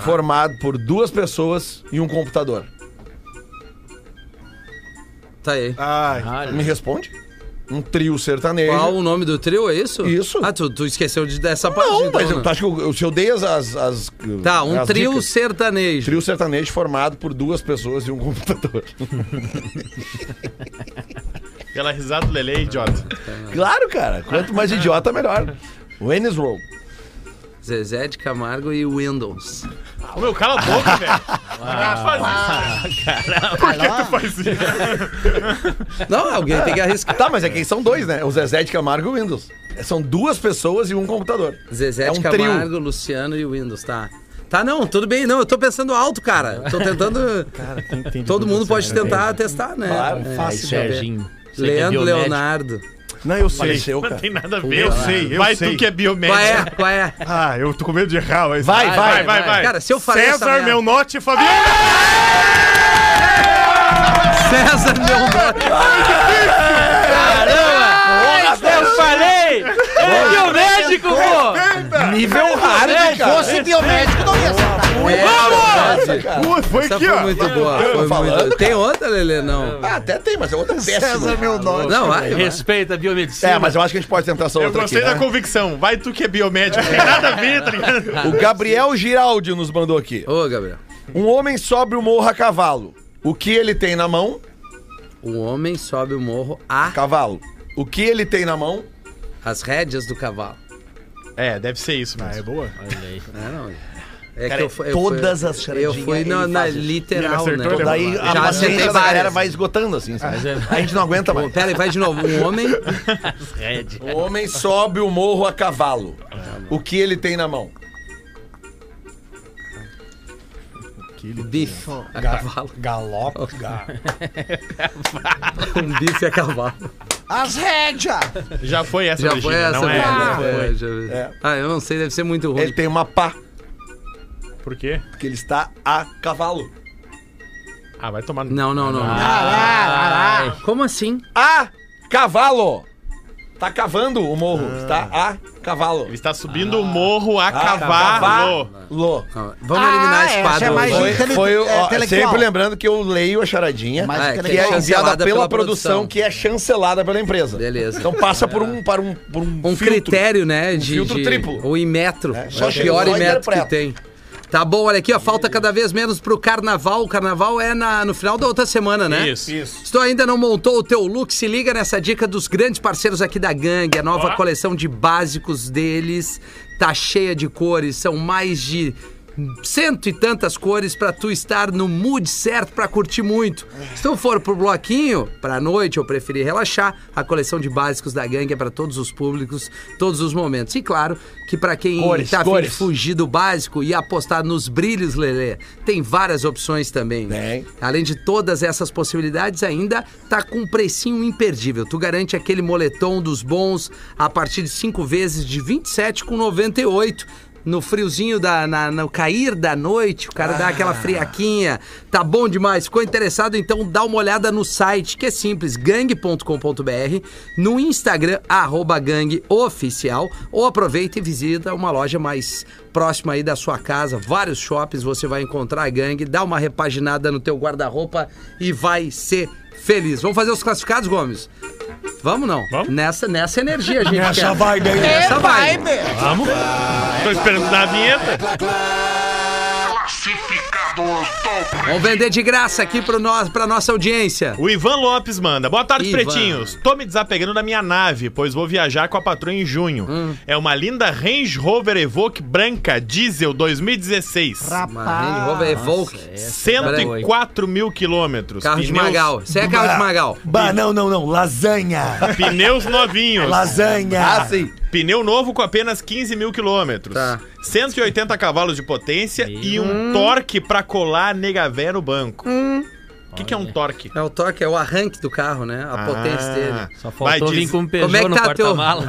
formado por duas pessoas e um computador. Tá aí. Ai, Ah, Me responde? Um trio sertanejo. Qual o nome do trio, é isso? Isso. Ah, tu, tu esqueceu de, dessa parte. Não, então, mas eu, né? tu acha que eu, eu- se eu dei as. as, as- Tá, um as trio dicas? sertanejo. Trio sertanejo formado por duas pessoas e um computador. Pela risada do Lele, idiota. claro, cara. Quanto mais idiota, melhor. Wayne's World. Zezé de Camargo e Windows. Ô, Ah, meu, cala a boca, velho. Ah, faz isso. Por que tu faz isso? Não, alguém tem que arriscar. Tá, mas é que são dois, né? O Zezé de Camargo e o Windows. São duas pessoas e um computador. Zezé É de um trio. Camargo, Luciano e Windows, tá. Tá, não, tudo bem, não, eu tô pensando alto, cara. Tô tentando. Todo mundo pode tentar testar, né? Claro, É, Aí, deixa eu ver. Serginho. Você que é Leandro biomédico. Leonardo. não, eu sei. Apareceu, cara. Não tem nada a ver. Eu sei, eu Vai sei. tu que é Qual biomédico. é? Qual é? Ah, eu tô com medo de errar, mas. Vai, vai, Vai, vai, vai. Cara, se eu falei essa César, merda- meu note, Fabiano! César, meu nome. Eu falei! É biomédico, pô! né, Nível hard, cara. Fosse biomédico, não ia ser. Vamos! Uh, foi Essa aqui, foi ó. muito boa. Foi falando, muito... Tem outra, Lelê? Não. Ah, até tem, mas é outra péssima. meu nome. Não, vai. vai. Respeita a biomedicina. É, mas eu acho que a gente pode tentar essa Eu outra aqui. gostei da né? convicção. Vai tu que é biomédico. Tem nada a ver, tá ligado? O Gabriel Giraldi nos mandou aqui. Ô, Gabriel. Um homem sobe o morro a cavalo. O que ele tem na mão? O Um homem sobe o morro a Cavalo. O que ele tem na mão? as rédeas do cavalo. É, deve ser isso mesmo. é boa. É, não. É Cara, que eu fui, eu todas fui- as charadinhas Eu fui na, ele na faz isso. literal, acertou, né? ele Daí Já a paciência acertei da várias. galera vai esgotando, assim. sabe? A gente não aguenta mais. Pera aí, vai de novo. Um homem... Red. O homem sobe o morro a cavalo. O que ele tem na mão? aquele. um Bife a cavalo. Galope, ga- Um bife a cavalo. As rédeas! Já foi essa, Já foi Regina, essa, né? não é? velho, Já já foi. foi, já foi. É. Ah, eu não sei, deve ser muito ruim. Ele tem uma pá, Por quê? porque ele está a cavalo. Ah, vai tomar no... Não, não, não. Ah, Como assim? A cavalo! Tá cavando o morro. Ah. Está a cavalo. Ele está subindo Ah. o morro a A cavalo. Cavalo. Calma, Ah, Vamos eliminar esse essa quadro. é mais hoje. Foi, Intele- foi o- é, ó, intelectual. sempre lembrando que eu leio a charadinha, Mas Ah, é, que que legal. é enviada chancelada pela, produção, que é chancelada pela empresa. Beleza. Então passa por É. um, para um, por um, um filtro. critério, né? De, filtro de- triplo. Ou em metro. É, É, só o chega- pior só em metro que interpreta. tem. Tá bom, olha aqui, ó. Falta cada vez menos pro carnaval. O carnaval é na, no final da outra semana, né? Isso. Se tu ainda não montou o teu look, se liga nessa dica dos grandes parceiros aqui da gangue. A nova coleção de básicos deles tá cheia de cores, são mais de cento e tantas cores pra tu estar no mood certo pra curtir muito. Se tu for pro bloquinho, pra noite ou preferir relaxar, a coleção de básicos da gangue é pra todos os públicos, todos os momentos. E claro que pra quem Cores, tá afim de cores. fugir do básico e apostar nos brilhos, Lelê, tem várias opções também. Tem. Além de todas essas possibilidades, ainda tá com um precinho imperdível. Tu garante aquele moletom dos bons a partir de 5 vezes de 27,98. No friozinho, da, na- no cair da noite, o cara dá aquela friaquinha. Tá bom demais. Ficou interessado? Então dá uma olhada no site, que é simples, gang.com.br, no Instagram, arroba gangueoficial, ou aproveita e visita uma loja mais próxima aí da sua casa, vários shoppings você vai encontrar a gangue, dá uma repaginada no teu guarda-roupa e vai ser feliz. Vamos fazer os classificados, Gomes? Vamos não? Vamos? Nessa, nessa energia, a gente. Nessa quer. vibe aí. É. Nessa vai. Vamos? Tô esperando na vinheta. Vamos vender de graça aqui pro nós, pra nossa audiência. O Ivan Lopes manda. Boa tarde, Ivan. pretinhos. Tô me desapegando da minha nave, pois vou viajar com a patroa em junho. Hum. É uma linda Range Rover Evoque branca, diesel 2016. Uma Range Rover Evoque. 104 mil quilômetros. Carro de Magal. Você é carro de Magal. Bah, não, não, não. Lasanha. Pneus novinhos. Lasanha. Ah, sim. Pneu novo com apenas 15 mil quilômetros. Tá. Hum. 180 cavalos de potência e um torque pra colar a nega véia no banco. O que, que é um torque? É o torque, é o arranque do carro, né? Ah. A potência dele. Só Vai, faltou vir diz- com um Peugeot Como é que no tá teu- porta-mala.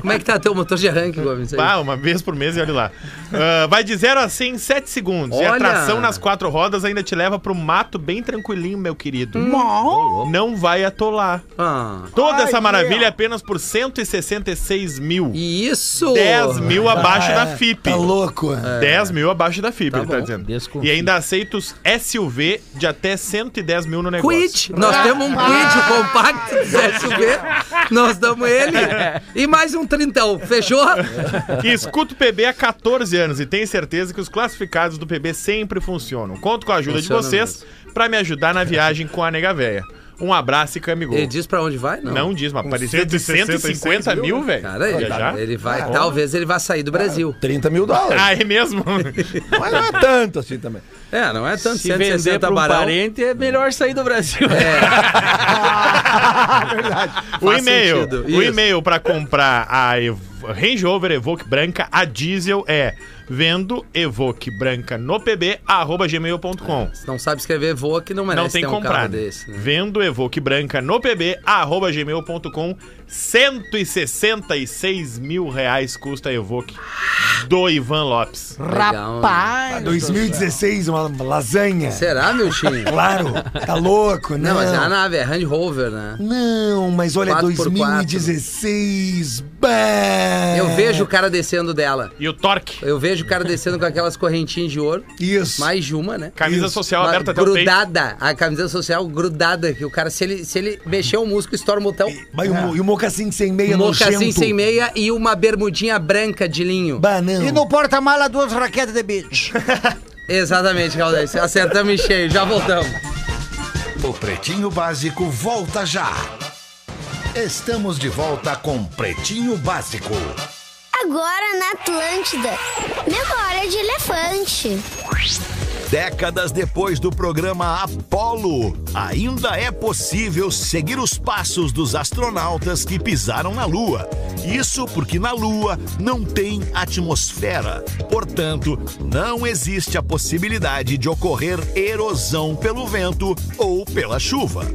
Como é que tá teu motor de arranque, Gomes? aí? Pá, uma vez por mês e olha lá. Ah, vai de 0 a 100 em 7 segundos. E a Olha! tração nas quatro rodas ainda te leva pro mato bem tranquilinho, meu querido. Hum. Não vai atolar. Ah, Toda essa maravilha é apenas por 166 mil. e isso! 10 mil abaixo Ah, é. da FIP. Tá louco. 10 mil abaixo da FIP, ele tá bom. dizendo. Desconfio. E ainda aceita os SUV de até 110 mil no negócio. Quid, nós temos um quid compacto do SUV, nós damos ele e mais um trintão, fechou? E Escuto o PB há 14 anos e tenho certeza que os classificados do PB sempre funcionam. Conto com a ajuda Funciona de vocês pra me ajudar na viagem com a nega véia. Um abraço e camigol. Ele diz pra onde vai? Não. Não diz, mas parecia de 150 mil, velho. Cara, é. ele, Viajar? ele vai, talvez ele vá sair do Brasil. 30 mil dólares. Ah, é mesmo? Ah. Mas não é tanto assim também. É, não é tanto Se vender pra um barão. É, parente, é melhor sair do Brasil. o Faz e-mail, sentido, o isso. e-mail para comprar a Ev- Range Rover Evoque branca a diesel é vendo Evoque branca no pb arroba gmail.com. Se não sabe escrever, voa que não merece Não tem ter um como comprar. carro né? desse. Né? Vendo Evoque branca no pb arroba gmail.com. 166 mil reais custa a Evoque do Ivan Lopes. Legal, né? Rapaz! 2016, uma lasanha. Será, meu time? Claro. Tá louco, né? Não, mas é a nave, é Range Rover, né? Não, mas olha, 2016. Bah. Eu vejo o cara descendo dela. E o Torque, Eu vejo o cara descendo com aquelas correntinhas de ouro. Isso. Mais de uma, né? camisa Isso. social Mas aberta até o peito. grudada, a camisa social grudada, que o cara, se ele, se ele mexer o músculo, estoura o botão. Mas e É. o mo- e o mocassim sem meia Mocassim nojento? sem meia e uma bermudinha branca de linho. Bah, não. E no porta-mala duas raquetes de beach. Exatamente, Caldense. Acertamos em cheio, já voltamos. O Pretinho Básico volta já. Estamos de volta com Pretinho Básico. Agora na Atlântida. Memória de elefante. Décadas depois do programa Apollo, ainda é possível seguir os passos dos astronautas que pisaram na Lua. Isso porque na Lua não tem atmosfera. Portanto, não existe a possibilidade de ocorrer erosão pelo vento ou pela chuva.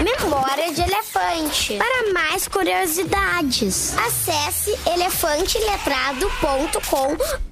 Memória de elefante. Para mais curiosidades, acesse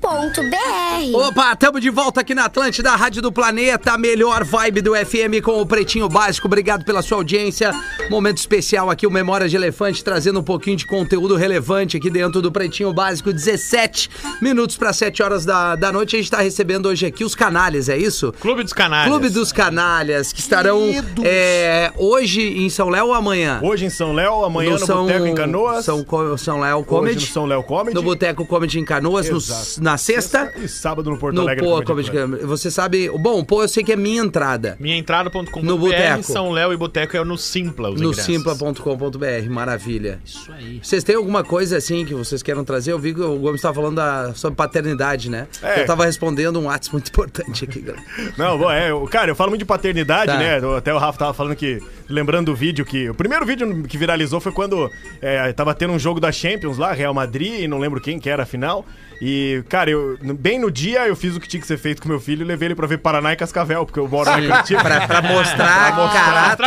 elefanteletrado.com.br. Opa, tamo de volta aqui na Atlântida, a Rádio do Planeta, a melhor vibe do FM com o Pretinho Básico. Obrigado pela sua audiência. Momento especial aqui, o Memória de Elefante, trazendo um pouquinho de conteúdo relevante aqui dentro do Pretinho Básico. 17 minutos para 7 horas da, da noite. A gente tá recebendo hoje aqui os canalhas, é isso? Clube dos Canais. Clube dos Canalhas, que estarão Queridos. é, hoje em São Léo ou amanhã? Hoje em São Léo, amanhã no, Boteco em Canoas. São, Co- São Léo Comedy. Hoje no São Léo Comedy. No Boteco Comedy em Canoas, no- Exato. na sexta. E sábado no Porto No Alegre. Poa Comedy Comedy Club. Club. Você sabe. Bom, o Poa eu sei que é minha entrada. Minhaentrada.com.br, No Boteco. São Léo e Boteco é no Simpla, os No ingressos. simpla.com.br, maravilha. Isso aí. Vocês têm alguma coisa assim que vocês queiram trazer? Eu vi que o Gomes estava falando da- sobre paternidade, né? É. Eu tava respondendo um ato muito importante aqui. cara. Não, bom, é, eu- cara, eu falo muito de paternidade, Tá. né? Eu- Até o Rafa tava falando que, lembrando do vídeo que. O primeiro vídeo que viralizou foi quando é, tava tendo um jogo da Champions lá, Real Madrid, e não lembro quem que era a final. E, cara, eu, bem no dia eu fiz o que tinha que ser feito com meu filho e levei ele pra ver Paraná e Cascavel, porque eu moro na Curitiba. pra, pra mostrar caráter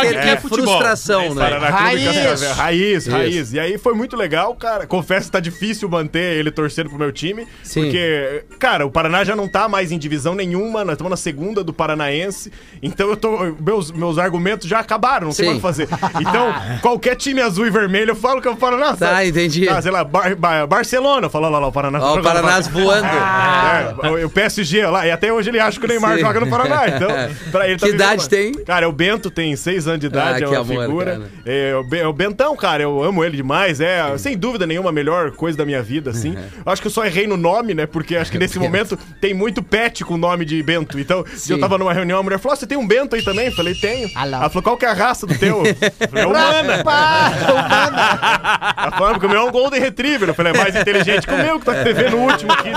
mostrar que e é futebol. frustração, né? Paraná Clube Raiz. e Cascavel. Raiz, Isso. raiz. E aí foi muito legal, cara. Confesso que tá difícil manter ele torcendo pro meu time. Sim. Porque, cara, o Paraná já não tá mais em divisão nenhuma. Nós estamos na segunda do Paranaense. Então eu tô. Meus, meus argumentos já acabaram, não sei Sim. mais o que fazer. Então, qualquer time azul e vermelho, eu falo que é o Paraná. Tá, sabe? entendi. Ah, sei lá, Bar- Bar- Barcelona. Fala lá, lá, o Paraná. tá Ó, o jogando Paraná Bar- voando. é, o PSG lá, e até hoje ele acha que o Neymar Sim. joga no Paraná, então. Pra ele tá Que vivendo idade uma- tem? Cara, o Bento tem seis anos de idade, Ah, que é uma amor, figura. cara. É, o, Ben- o Bentão, cara, eu amo ele demais. É, sem dúvida nenhuma, a melhor coisa da minha vida, assim. É. Acho que eu só errei no nome, né? Porque acho que nesse momento tem muito pet com o nome de Bento. Então, se eu tava numa reunião, a mulher falou: "Ah, você tem um Bento aí também? Eu falei, tenho. Ah lá. Ela falou, qual que é a raça do teu? Eu falei, é humana. Ela falou, porque o meu é um Golden Retriever. Eu falei, é mais inteligente que o meu, que tá TV no último aqui.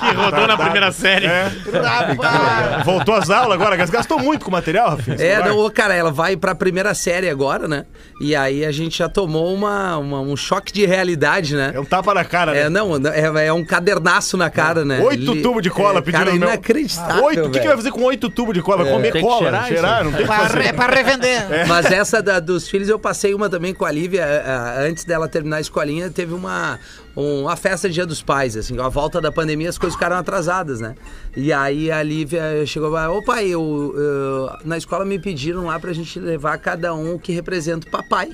Que rodou na primeira série. Rapaz! tá É. Voltou às aulas agora, gastou muito com material, Rafinha. É, celular. não, ô, cara, ela vai pra primeira série agora, né? E aí a gente já tomou uma, uma- um choque de realidade, né? É um tapa na cara, É, né? não, é, é um cadernaço na cara, né? Oito Li- tubos de cola é, pedindo Cara, no meu- inacreditável, Oito? O que, que velho. É. vai fazer com oito tubos de cola? Vai comer tem que cola, né? cheirar cheirar, isso aí. não tem o que Para, fazer. re- para revender. Mas essa da- dos filhos eu passei uma também com a Lívia. a- a- antes dela terminar a escolinha, teve uma, um- uma festa de Dia dos Pais, assim. A volta da pandemia, as coisas ficaram atrasadas, né? E aí a Lívia chegou e falou: Ô pai, eu, eu- na escola me pediram lá pra gente levar cada um o que representa o papai.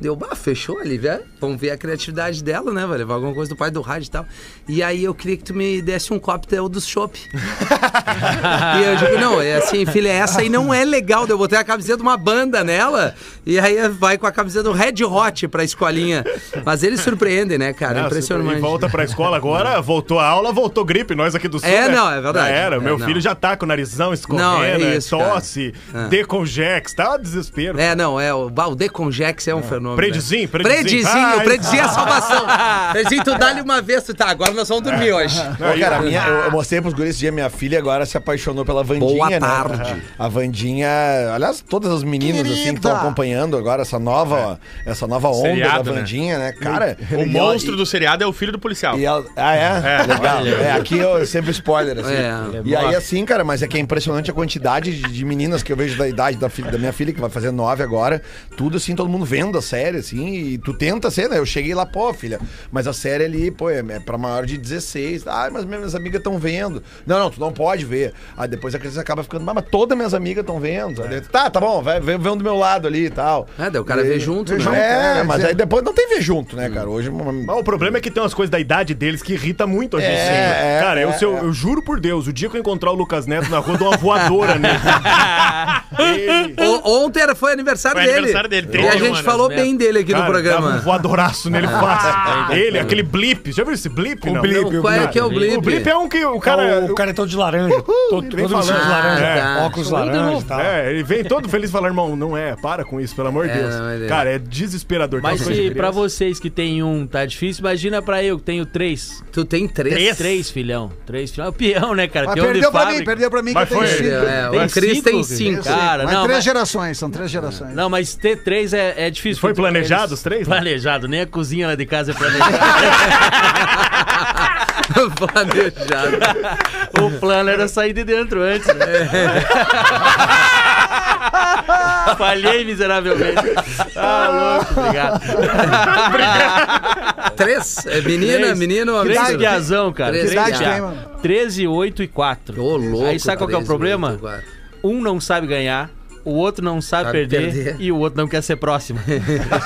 Deu, bah, fechou a Lívia. Vamos ver a criatividade dela, né? Vai levar alguma coisa do pai do rádio e tal. E aí eu queria que tu me desse um copo dos chopp. E eu digo, não, é assim, filha, essa aí não é legal. Eu botei a camiseta de uma banda nela e aí vai com a camiseta do Red Hot pra escolinha. Mas eles surpreendem, né, cara? Nossa, Impressionante. Ah, tá- E volta pra escola agora, voltou a aula, voltou gripe, nós aqui do sul. É, né? não, é verdade. Já era, É, meu não. filho já tá com o narizão escorrendo, Não, é é isso, tosse, cara. É. deconjex, tá um desespero. É, não, é o Baldê Conjex é um fenômeno. Predizinho, né? predizinho. Predizinho, Vai. predizinho é a salvação. Predizinho, tu dá-lhe uma vez, tu tá, agora nós vamos dormir hoje. Ô, cara, a minha- Ah. eu, eu mostrei pros guris esse dia, minha filha agora se apaixonou pela Vandinha, Boa né? tarde. A Vandinha, aliás, todas as meninas assim que Querida. estão acompanhando agora essa nova, essa nova onda É. Seriado, da né? Vandinha, né? Cara, O e ela- monstro do seriado é o filho do policial. E ela- ah, é? Legal. É, aqui eu sempre spoiler, assim. É. E aí, assim, cara, mas é que é impressionante a quantidade de, de meninas que eu vejo da idade da, filha, da minha filha, que vai fazer nove agora. Tudo assim, todo mundo vendo a série, assim, e tu tenta ser, né? Eu cheguei lá, pô, filha, mas a série ali, pô, é, é pra maior de 16. Ah, mas minhas amigas estão vendo. Não, não, tu não pode ver. Aí depois a criança acaba ficando, "Ah, mas, mas todas minhas amigas estão vendo. É. Aí, tá, tá bom, vai, vê, vê um do meu lado ali e tal. É, daí o cara E- vê junto, né? Hum. É, mas aí depois não tem ver junto, né, cara? Hoje uma- Mas o problema é que tem umas coisas da idade deles que irrita muito a gente. É, é, cara, eu, é, se eu- eu juro por Deus, o dia que eu encontrar o Lucas Neto na rua, eu dou uma voadora nele. Ele- O- ontem era, foi aniversário Foi dele. aniversário dele, E a 31 gente anos, falou merda. tem dele aqui no Cara, programa. dava um voadoraço nele fácil. Ele, aquele blip. Já viu esse blip? O não? blip, Não, o qual é blip. que é o blip? O blip é um que o cara... É o caretão de laranja. todo Ele vem todo vestido de falando. laranja. Ah, É. tá. Óculos laranja tá. e tal. É, ele vem todo feliz e fala, irmão, não é, para com isso, pelo amor de É, Deus. não, mas é. Cara, é desesperador. Mas Aquela coisa se de pra criança. vocês que tem um tá difícil, imagina pra eu que tenho um três. Tu tem três? Três, filhão. Três filhão. É o peão, né, cara? Mas peão de perdeu pra mim, fábrica. perdeu pra mim Mas que eu tenho foi- cinco. é, o Mas Cris tem Tenho cinco, cara. Mas Não, três mas- gerações, são três gerações. Não, é mas ter três é, é difícil. Foi porque planejado os três, né? Planejado, nem a cozinha lá de casa é planejada. Planejado. o plano era sair de dentro antes. né? Falhei miseravelmente. Ah, louco, obrigado. Três? É menina, Três. menino, Três amigo? piazão, cara. Três Três idade piá. tem, 13, 8 e 4. Ô, louco. Aí sabe qual que é o três, problema? oito, quatro. Um não sabe ganhar, o outro não sabe, Sabe perder, perder. e o outro não quer ser próximo.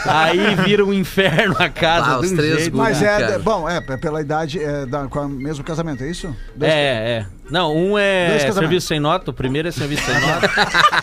Aí vira um inferno a casa Ah, de os um três jeito. gols. Mas Né, é, cara? bom, é, p- pela idade, é, da, com o mesmo casamento, é isso? Dois- É, é. Não, um Dois é casamentos. serviço sem nota, o primeiro é serviço sem nota.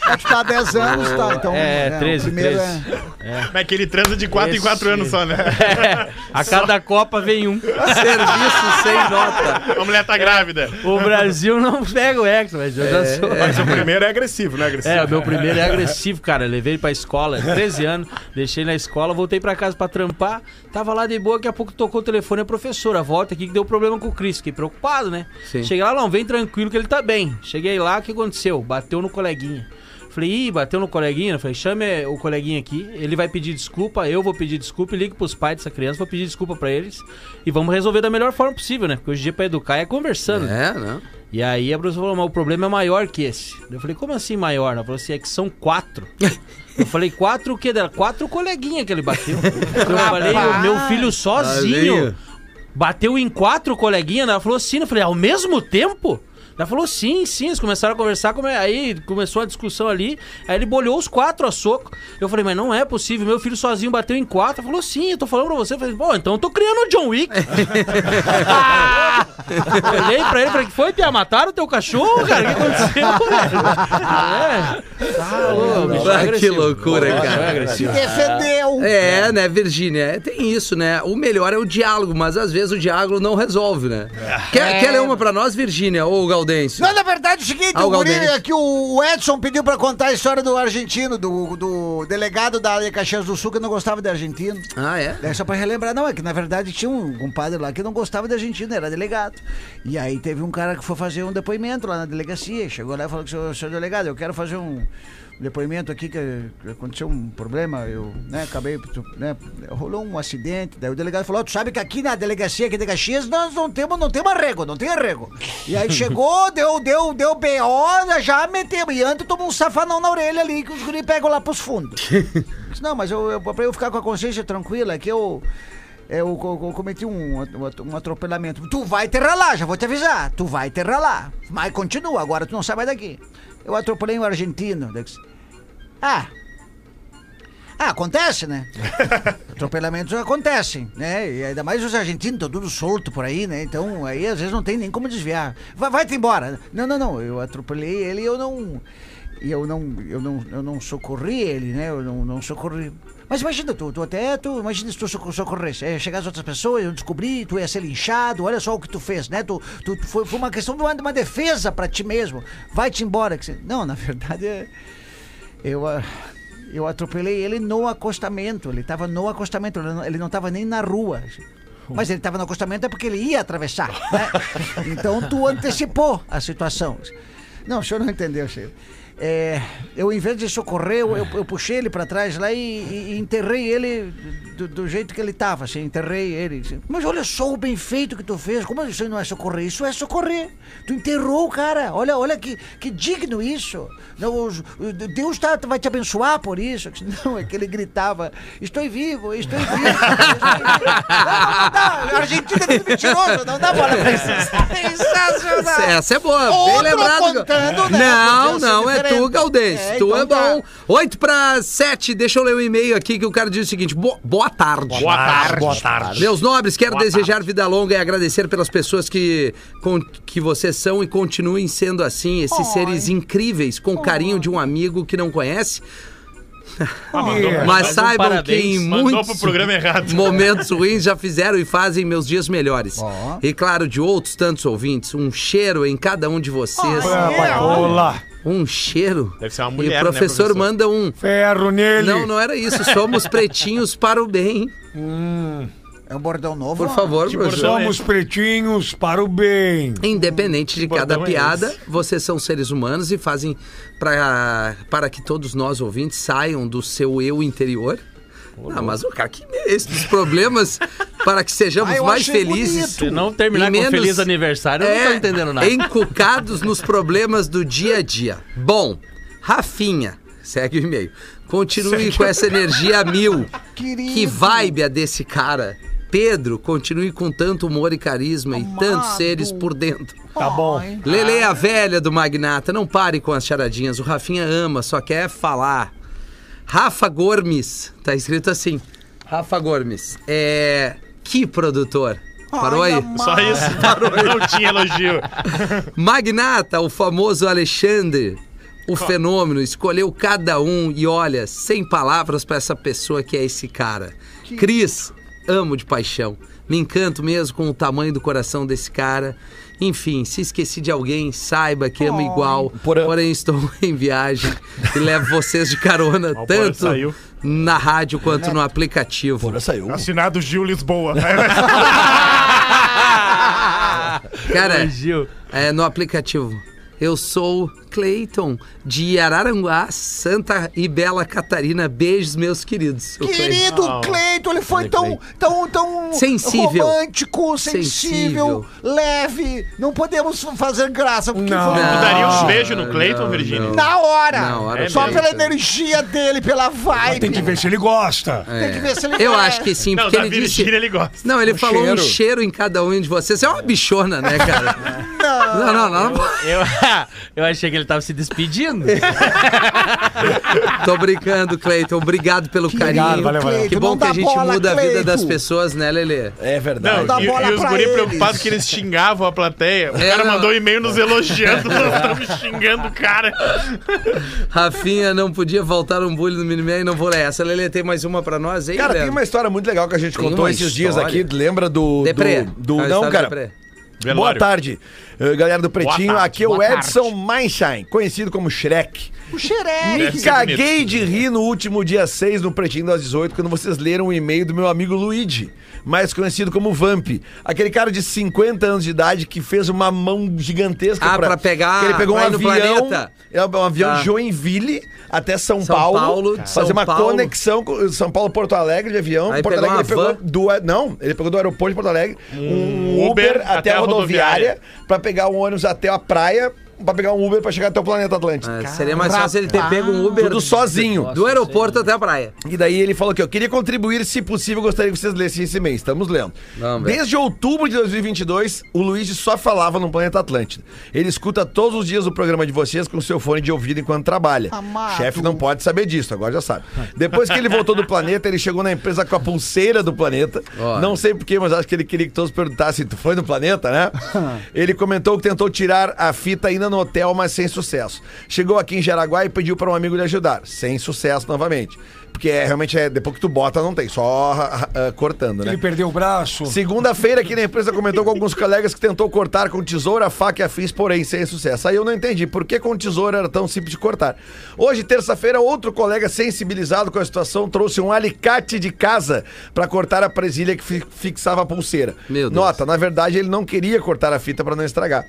Ah, Tu tá há 10 anos, tá? Então, é, o 13, primeiro 13. é- Mas que ele transa de 4 em 4 anos só, né? A cada Copa vem um. Serviço sem nota. A mulher É. tá grávida. O Brasil não pega o Hexa, mas eu já sou. Mas o primeiro é agressivo, né? Agressivo. É, o meu primeiro é agressivo, cara. Levei ele pra escola, 13 anos, deixei na escola, voltei pra casa pra trampar. Tava lá de boa, daqui a pouco tocou o telefone, a professora, volta aqui que deu problema com o Cris. Fiquei preocupado, né? Sim. Cheguei lá, não, vem tranquilo que ele tá bem. Cheguei lá, o que aconteceu? Bateu no coleguinha. Falei, ih, bateu no coleguinha. Falei, chame o coleguinha aqui, ele vai pedir desculpa, eu vou pedir desculpa e ligo pros pais dessa criança, vou pedir desculpa pra eles e vamos resolver da melhor forma possível, né? Porque hoje em dia pra educar é conversando. né? É, não. E aí a professora falou, mas o problema é maior que esse. Eu falei, como assim maior? Ela falou assim, é que são quatro. Eu falei, quatro o quê dela? Quatro coleguinha que ele bateu. Eu falei, o meu filho sozinho Sozinho. bateu em quatro coleguinhas. Ela falou, sim. Eu falei, ao mesmo tempo? Ela falou, sim, sim. Eles começaram a conversar, come- aí começou a discussão ali. Aí ele bolhou os quatro a soco. Eu falei, mas não é possível. Meu filho sozinho bateu em quatro. Ela falou, sim, eu tô falando pra você. Eu falei, bom, então eu tô criando o John Wick. Olhei pra ele e falei, que foi, Pia? Mataram o teu cachorro, cara? O que aconteceu, velho? É. Tá louco, bicho, é Ah, que agressivo. loucura, Bicho, é cara. agressivo. Defendeu! É, né, Virgínia? É, Tem isso, né? O melhor é o diálogo, mas às vezes o diálogo não resolve, né? É. Quer, quer ler uma pra nós, Virgínia, ou Gaudêncio? É. Não, na verdade é o seguinte, Ah, o o guri, Galdêncio. é que o o Edson pediu pra contar a história do argentino, do, do delegado da área de Caxias do Sul que não gostava de argentino. Ah, é? Daí só pra relembrar, não, é que na verdade tinha um compadre lá que não gostava de argentino, era delegado. E aí teve um cara que foi fazer um depoimento lá na delegacia, chegou lá e falou que senhor, senhor delegado, eu quero fazer um depoimento aqui que que aconteceu um problema, eu, né, acabei, tu- né, rolou um acidente, daí o delegado falou, "Ó, tu sabe que aqui na delegacia aqui de Caxias nós não temos, não temos arrego, não tem arrego. E aí chegou, deu, deu, deu BO, nós já metemos, e antes tomou um safanão na orelha ali que os guri pegam lá pros fundos. Disse, Não, mas eu, eu, pra eu ficar com a consciência tranquila, é que eu. é, Eu, co- co- cometi um, at- um atropelamento. Tu vai te ralar, já vou te avisar. Tu vai te ralar. Mas continua, agora tu não sai mais daqui. Eu atropelei um argentino. Daí eu disse, Ah. Ah, acontece, né? Atropelamentos acontecem, né? E ainda mais os argentinos estão tudo solto por aí, né? Então aí às vezes não tem nem como desviar. Vai, vai-te embora. Não, não, não. Eu atropelei ele e eu não. E eu não, eu não, eu não socorri ele, né? Eu não, não socorri. Mas imagina, tu, tu até, tu, imagina se tu soco- socorresse, é, chegar às outras pessoas, eu descobri, tu ia ser linchado, olha só o que tu fez, né? Tu, tu, tu- foi, foi uma questão de uma, de uma defesa pra ti mesmo. Vai-te embora. que você- Não, na verdade é. Eu, ah, eu atropelei ele no acostamento. Ele estava no acostamento, ele não- ele não estava nem na rua. Mas ele estava no acostamento é porque ele ia atravessar. né? Então tu antecipou a situação. Não, o senhor não entendeu, senhor. É, eu, em vez de socorrer, eu, eu- eu puxei ele para trás lá e, e- e enterrei ele do, do jeito que ele estava, assim, enterrei ele. assim. Mas olha só o bem feito que tu fez, como isso aí não é socorrer? Isso é socorrer. Tu enterrou o cara, olha, olha que, que digno isso. Não, os- Deus tá- vai te abençoar por isso. Não, é que ele gritava, estou vivo, estou vivo. Estou vivo. Não, não dá, a Argentina é muito mentiroso, não dá bola pra isso. Sensacional. Essa, essa é boa, bem Outro lembrado. apontando, né? Não, Aconteceu não, é diferente. tu, Galdense. É, tu então é tá. bom. 8 para 7, deixa eu ler um e-mail aqui que o cara diz o seguinte: bo- boa tarde. Boa tarde. Boa tarde. Meus nobres, quero desejar vida longa e agradecer pelas pessoas que, com- que vocês são e continuem sendo assim, esses seres incríveis, com carinho de um amigo que não conhece. É. Mas um saibam parabéns. que em Mandou muitos pro programa errado. momentos ruins já fizeram e fazem meus dias melhores. E claro, de outros tantos ouvintes, um cheiro em cada um de vocês. É. Olá. Um cheiro. Deve ser uma e mulher, o professor, né, manda um. Ferro nele. Não, não era isso. Somos pretinhos para o bem. É um bordão novo. Por favor, professor. Somos pretinhos para o bem. Independente de cada bordão é piada, vocês são seres humanos e fazem pra, para que todos nós ouvintes saiam do seu eu interior. Ah, mas o cara que merece dos problemas para que sejamos Ah, eu mais achei felizes. bonito. Se não terminar E com menos- É, feliz aniversário, Ah, eu não tô entendendo nada. Encucados nos problemas do dia a dia. Bom, Rafinha, segue o e-mail. Continue com essa energia a mil. Querido. Que vibe a desse cara. Pedro, continue com tanto humor e carisma e tantos Amado. seres por dentro. Tá bom. Lele é a velha do Magnata, não pare com as charadinhas. O Rafinha ama, só quer falar. Rafa Gormes, tá escrito assim. Rafa Gormes, é. Que produtor? Parou aí? Só isso. Não tinha elogio. Magnata, o famoso Alexandre, o fenômeno, escolheu cada um e olha, sem palavras pra essa pessoa que é esse cara. Cris, amo de paixão. Me encanto mesmo com o tamanho do coração desse cara. Enfim, se esqueci de alguém, saiba que amo igual. Porã. Porém, estou em viagem e levo vocês de carona, o Porã tanto saiu. na rádio quanto no aplicativo. saiu. Assinado Gil Lisboa. Cara, é, no aplicativo. Eu sou Cleiton, de Araranguá, Santa e Bela Catarina. Beijos, meus queridos. O Cleiton. Querido Cleiton, ele foi tão, tão, tão Sensível. romântico, sensível, Sensível. leve. Não podemos fazer graça porque Não. foi Não. Tu daria um beijo no Cleiton, Virginia? não. na hora. Na hora, Só sim. pela energia dele, pela vibe. Tem que ver se ele gosta. É. Tem que ver se ele Eu quer. acho que sim, Não, porque da ele disse... Virgínia ele gosta. Não, ele falou cheiro. um cheiro em cada um de vocês. Você é uma bichona, né, cara? não, não, não. não. Eu, eu achei que ele tava se despedindo. Tô brincando, Cleiton. Obrigado pelo carinho. obrigado, valeu, valeu. Que Cleiton, bom não que a dá gente bola, muda a vida Cleiton. das pessoas, né, Lelê? É Não, verdade. Dá e, bola e os pra guri eles. preocupados que eles xingavam a plateia. O É, cara não. mandou um e-mail nos elogiando, nós estamos xingando o cara. Rafinha, não podia faltar um bullying no Minimé e não vou ler essa. Lelê, tem mais uma pra nós aí, Cara, tem Leandro? uma história muito legal que a gente Tem contou uma esses dias história. aqui. Lembra do. Deprê. Do, do- Ah, não, história cara. Deprê. Boa tarde, eh, galera do Pretinho. tarde, Aqui é o boa Edson Meinstein, conhecido como Shrek. O xereque. Me Deve ser caguei de rir no último dia 6 no Pretinho das 18, quando vocês leram o e-mail do meu amigo Luigi, mais conhecido como Vamp. Aquele cara de 50 anos de idade que fez uma mão gigantesca Ah, pra pegar- que ele pegou um pra ir no avião, planeta. é um avião Tá. Joinville até São, São Paulo, Paulo, de fazer São uma Paulo. conexão com São Paulo Porto Alegre de avião, Aí Porto pegou Alegre uma ele pegou do a- não, ele pegou do aeroporto de Porto Alegre, um, Um Uber, Uber até, a rodoviária, pra pegar um ônibus até a praia, pra pegar um Uber pra chegar até o planeta Atlântico. Ah, seria mais fácil ele ter pego um Uber tá. Tudo sozinho. do aeroporto até a praia. E daí ele falou que eu queria contribuir, se possível, gostaria que vocês lessem esse mês. Estamos lendo. Vamos ver. Desde outubro de 2022, o Luigi só falava no Planeta Atlântida. Ele escuta todos os dias o programa de vocês com seu fone de ouvido enquanto trabalha. Amado. Chefe não pode saber disso, agora já sabe. Depois que ele voltou do planeta, ele chegou na empresa com a pulseira do planeta. Olha. Não sei porquê, mas acho que ele queria que todos perguntassem: tu foi no planeta, né? ele comentou que tentou tirar a fita ainda no hotel, mas sem sucesso. Chegou aqui em Jaraguá e pediu para um amigo lhe ajudar. Sem sucesso novamente. Porque é, realmente é depois que tu bota, não tem, só ah, ah, cortando, né? Ele perdeu o braço. Segunda-feira aqui na empresa comentou com alguns colegas que tentou cortar com tesoura, faca e afins, porém sem sucesso. Aí eu não entendi por que com tesoura era tão simples de cortar. Hoje, terça-feira, outro colega sensibilizado com a situação trouxe um alicate de casa pra cortar a presilha que fi- fixava a pulseira. Meu Deus. Nota, na verdade ele não queria cortar a fita pra não estragar.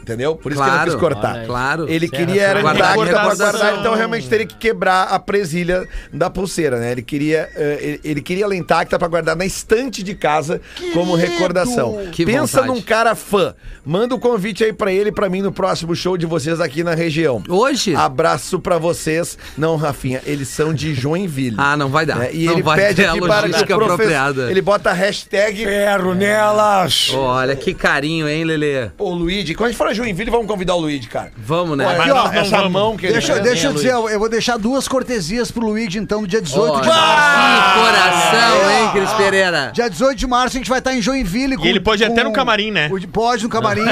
Entendeu? Por isso que Claro, ele não quis cortar. claro. Ele Certo. queria era Guardar guardar, a guardar, pra recordação. guardar, então realmente teria que quebrar a presilha da pulseira, né? Ele queria, eh, ele, ele queria ela intacta pra guardar na estante de casa como recordação. Que Pensa vontade. num cara fã. Manda o convite aí pra ele e pra mim no próximo show de vocês aqui na região. Hoje? Abraço pra vocês. Não, Rafinha, eles são de Joinville. Ah, não vai dar. Né? E não ele vai pede ter a aqui para logística profe- apropriada. Ele bota a hashtag Ferro nelas. Olha, que carinho, hein, Lelê? Ô Luigi, quando a gente fala pra Joinville e vamos convidar o Luigi, cara. Vamos, né? Olha, Mas aqui, ó, nós essa mão que ele Deixa, tem. deixa eu dizer, eu eu vou deixar duas cortesias pro Luigi, então, no dia 18 Olha, de março. que coração, hein, Cris Pereira? Dia 18 de março a gente vai estar em Joinville. E ele pode ir até no camarim, né? o- Pode no camarim,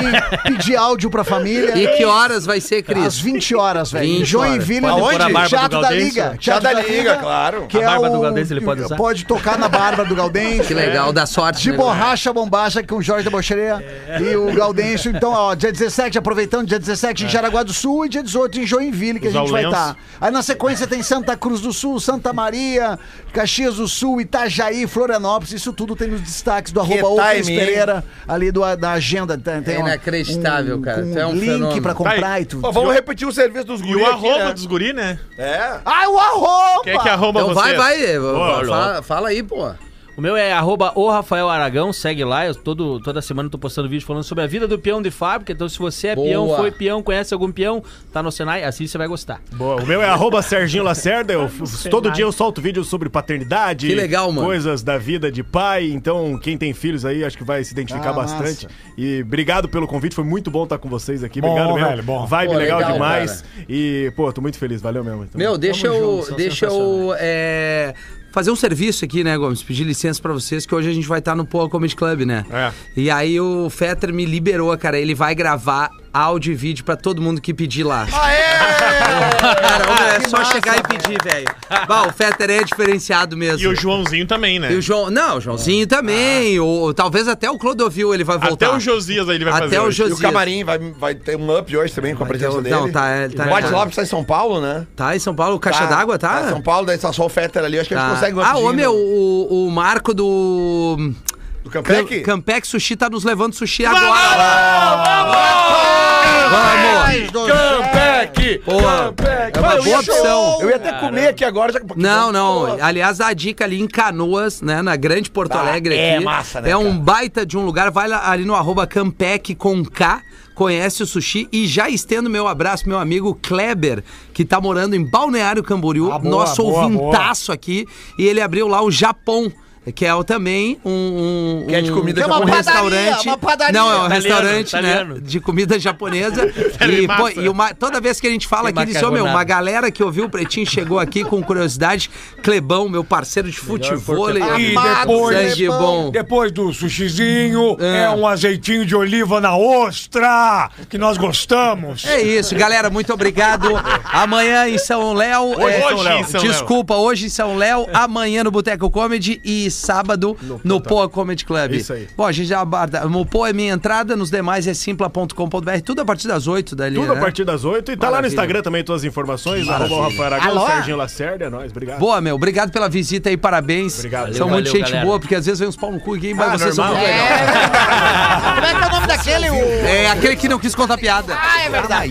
pedir áudio pra é família. E que horas vai ser, Tá Às Cris? 20 horas, velho. Em 20 Joinville, horas. no Aonde? A barba do Teatro da Gaudense? Liga. Teatro da Liga, claro. Que A barba é do o- Gaudense ele pode usar? Pode tocar na barba do Gaudense. Que legal, dá sorte. De né, borracha bombacha com o Jorge da Bocheria É. e o Gaudêncio. Então, ó, dia 17, aproveitando, dia 17 em É. Jaraguá do Sul e dia 18 em Joinville, que Usar a gente o vai lenço. estar. Aí na sequência tem Santa Cruz do Sul, Santa Maria, Caxias do Sul, Itajaí, Florianópolis. Isso tudo tem nos destaques do arroba Outras timing, hein? Pereira, ali do, da agenda. Tem, tem É uma- inacreditável, cara. Um, Tu é um link fenômeno. pra Tá comprar aí. e tudo. Ó, vamos repetir o serviço dos E guris o aqui, arroba né? dos guri, né? É. Ah, o arroba! Quem é que arroba Então vai, vocês? vai. fala- louco. fala aí, pô. O meu é arroba o Rafael Aragão, segue lá. Eu todo, toda semana eu tô postando vídeo falando sobre a vida do peão de fábrica. Então, se você é Boa. peão, foi peão, conhece algum peão, tá no Senai, assim você vai gostar. Boa, o meu é arroba Serginho Lacerda. Eu, todo dia eu solto vídeo sobre paternidade. Que legal, mano. Coisas da vida de pai. Então, quem tem filhos aí, acho que vai se identificar Ah, bastante. massa. E obrigado pelo convite. Foi muito bom estar com vocês aqui. Bom, obrigado mesmo. velho, bom. Vibe Pô, legal, legal, demais. cara. E, pô, tô muito feliz. Valeu mesmo. então. Meu, deixa Tamo eu. junto, são deixa eu. é, Fazer um serviço aqui, né, Gomes? Pedir licença pra vocês, que hoje a gente vai estar no Poa Comedy Club, né? É. E aí o Fetter me liberou, cara. Ele vai gravar áudio e vídeo pra todo mundo que pedir lá. Cara, é só chegar e pedir, velho. Bah, o Fetter é diferenciado mesmo. E o Joãozinho também, né? E o João. Não, o Joãozinho também. Ou, talvez até o Clodovil ele vai voltar. Até o Josias aí ele vai Até fazer. o hoje. E o Josias. Camarim vai, vai ter um up hoje também com a presença assim, ter um- dele. não, tá, é, tá- O Bate Lopes tá em São Paulo, né? Tá em São Paulo, caixa d'água, tá? São Paulo, daí tá só o Fetter ali. Acho que a gente Tá. consegue um Ah, upzinho ô meu, o, o Marco do. Do Campec? Campec Sushi tá nos levando sushi agora. Vamos! Campec! Campec! é uma Eu boa ia- opção. Eu ia até comer aqui agora. Já... que- Não, não. Pô, Aliás, a dica ali em Canoas, né? Na Grande Porto Ah, Alegre é aqui. massa, né, É um cara? baita de um lugar. Vai lá ali no arroba Campec com K. Conhece o sushi e já estendo meu abraço, meu amigo Kleber, que tá morando em Balneário Camboriú, Ah, boa, nosso boa, ouvintaço aqui, e ele abriu lá o Japão, que é o- também um, um, Que é de um- comida um japonesa. restaurante. Uma padaria, Não, é um uma restaurante, italiano. né? De comida japonesa. e, pô, massa. e uma- toda vez que a gente fala Tem aqui, ele diz, "Ô, meu, macarronada." uma galera que ouviu o Pretinho chegou aqui com curiosidade. Clebão, meu parceiro de futebol. E Sangue depois, bom. depois do sushizinho, É. é. um azeitinho de oliva na ostra, que nós gostamos. É isso, galera. Muito obrigado. Amanhã em São Léo. Hoje é, em São Léo. Desculpa, hoje em São Léo, amanhã no Boteco Comedy e sábado no, Poa Comedy Club. Isso aí. Bom, a gente já abarda. O Poa é minha entrada, nos demais é simpla.com.br. Tudo a partir das 8 dali. Tudo a né? partir das 8. E tá lá no Maravilha. Instagram também todas as informações. Arroba o Rafael Aragão, Serginho Lacerda. É nóis. Obrigado. Boa, meu. Obrigado pela visita aí, parabéns. Obrigado. São Valeu, muito valeu, gente galera. boa, porque às vezes vem uns pau no cu aqui, mas Ah, vocês são normal. muito legal. Como é que é o nome daquele? O... É aquele que não quis contar piada. Ah, é verdade.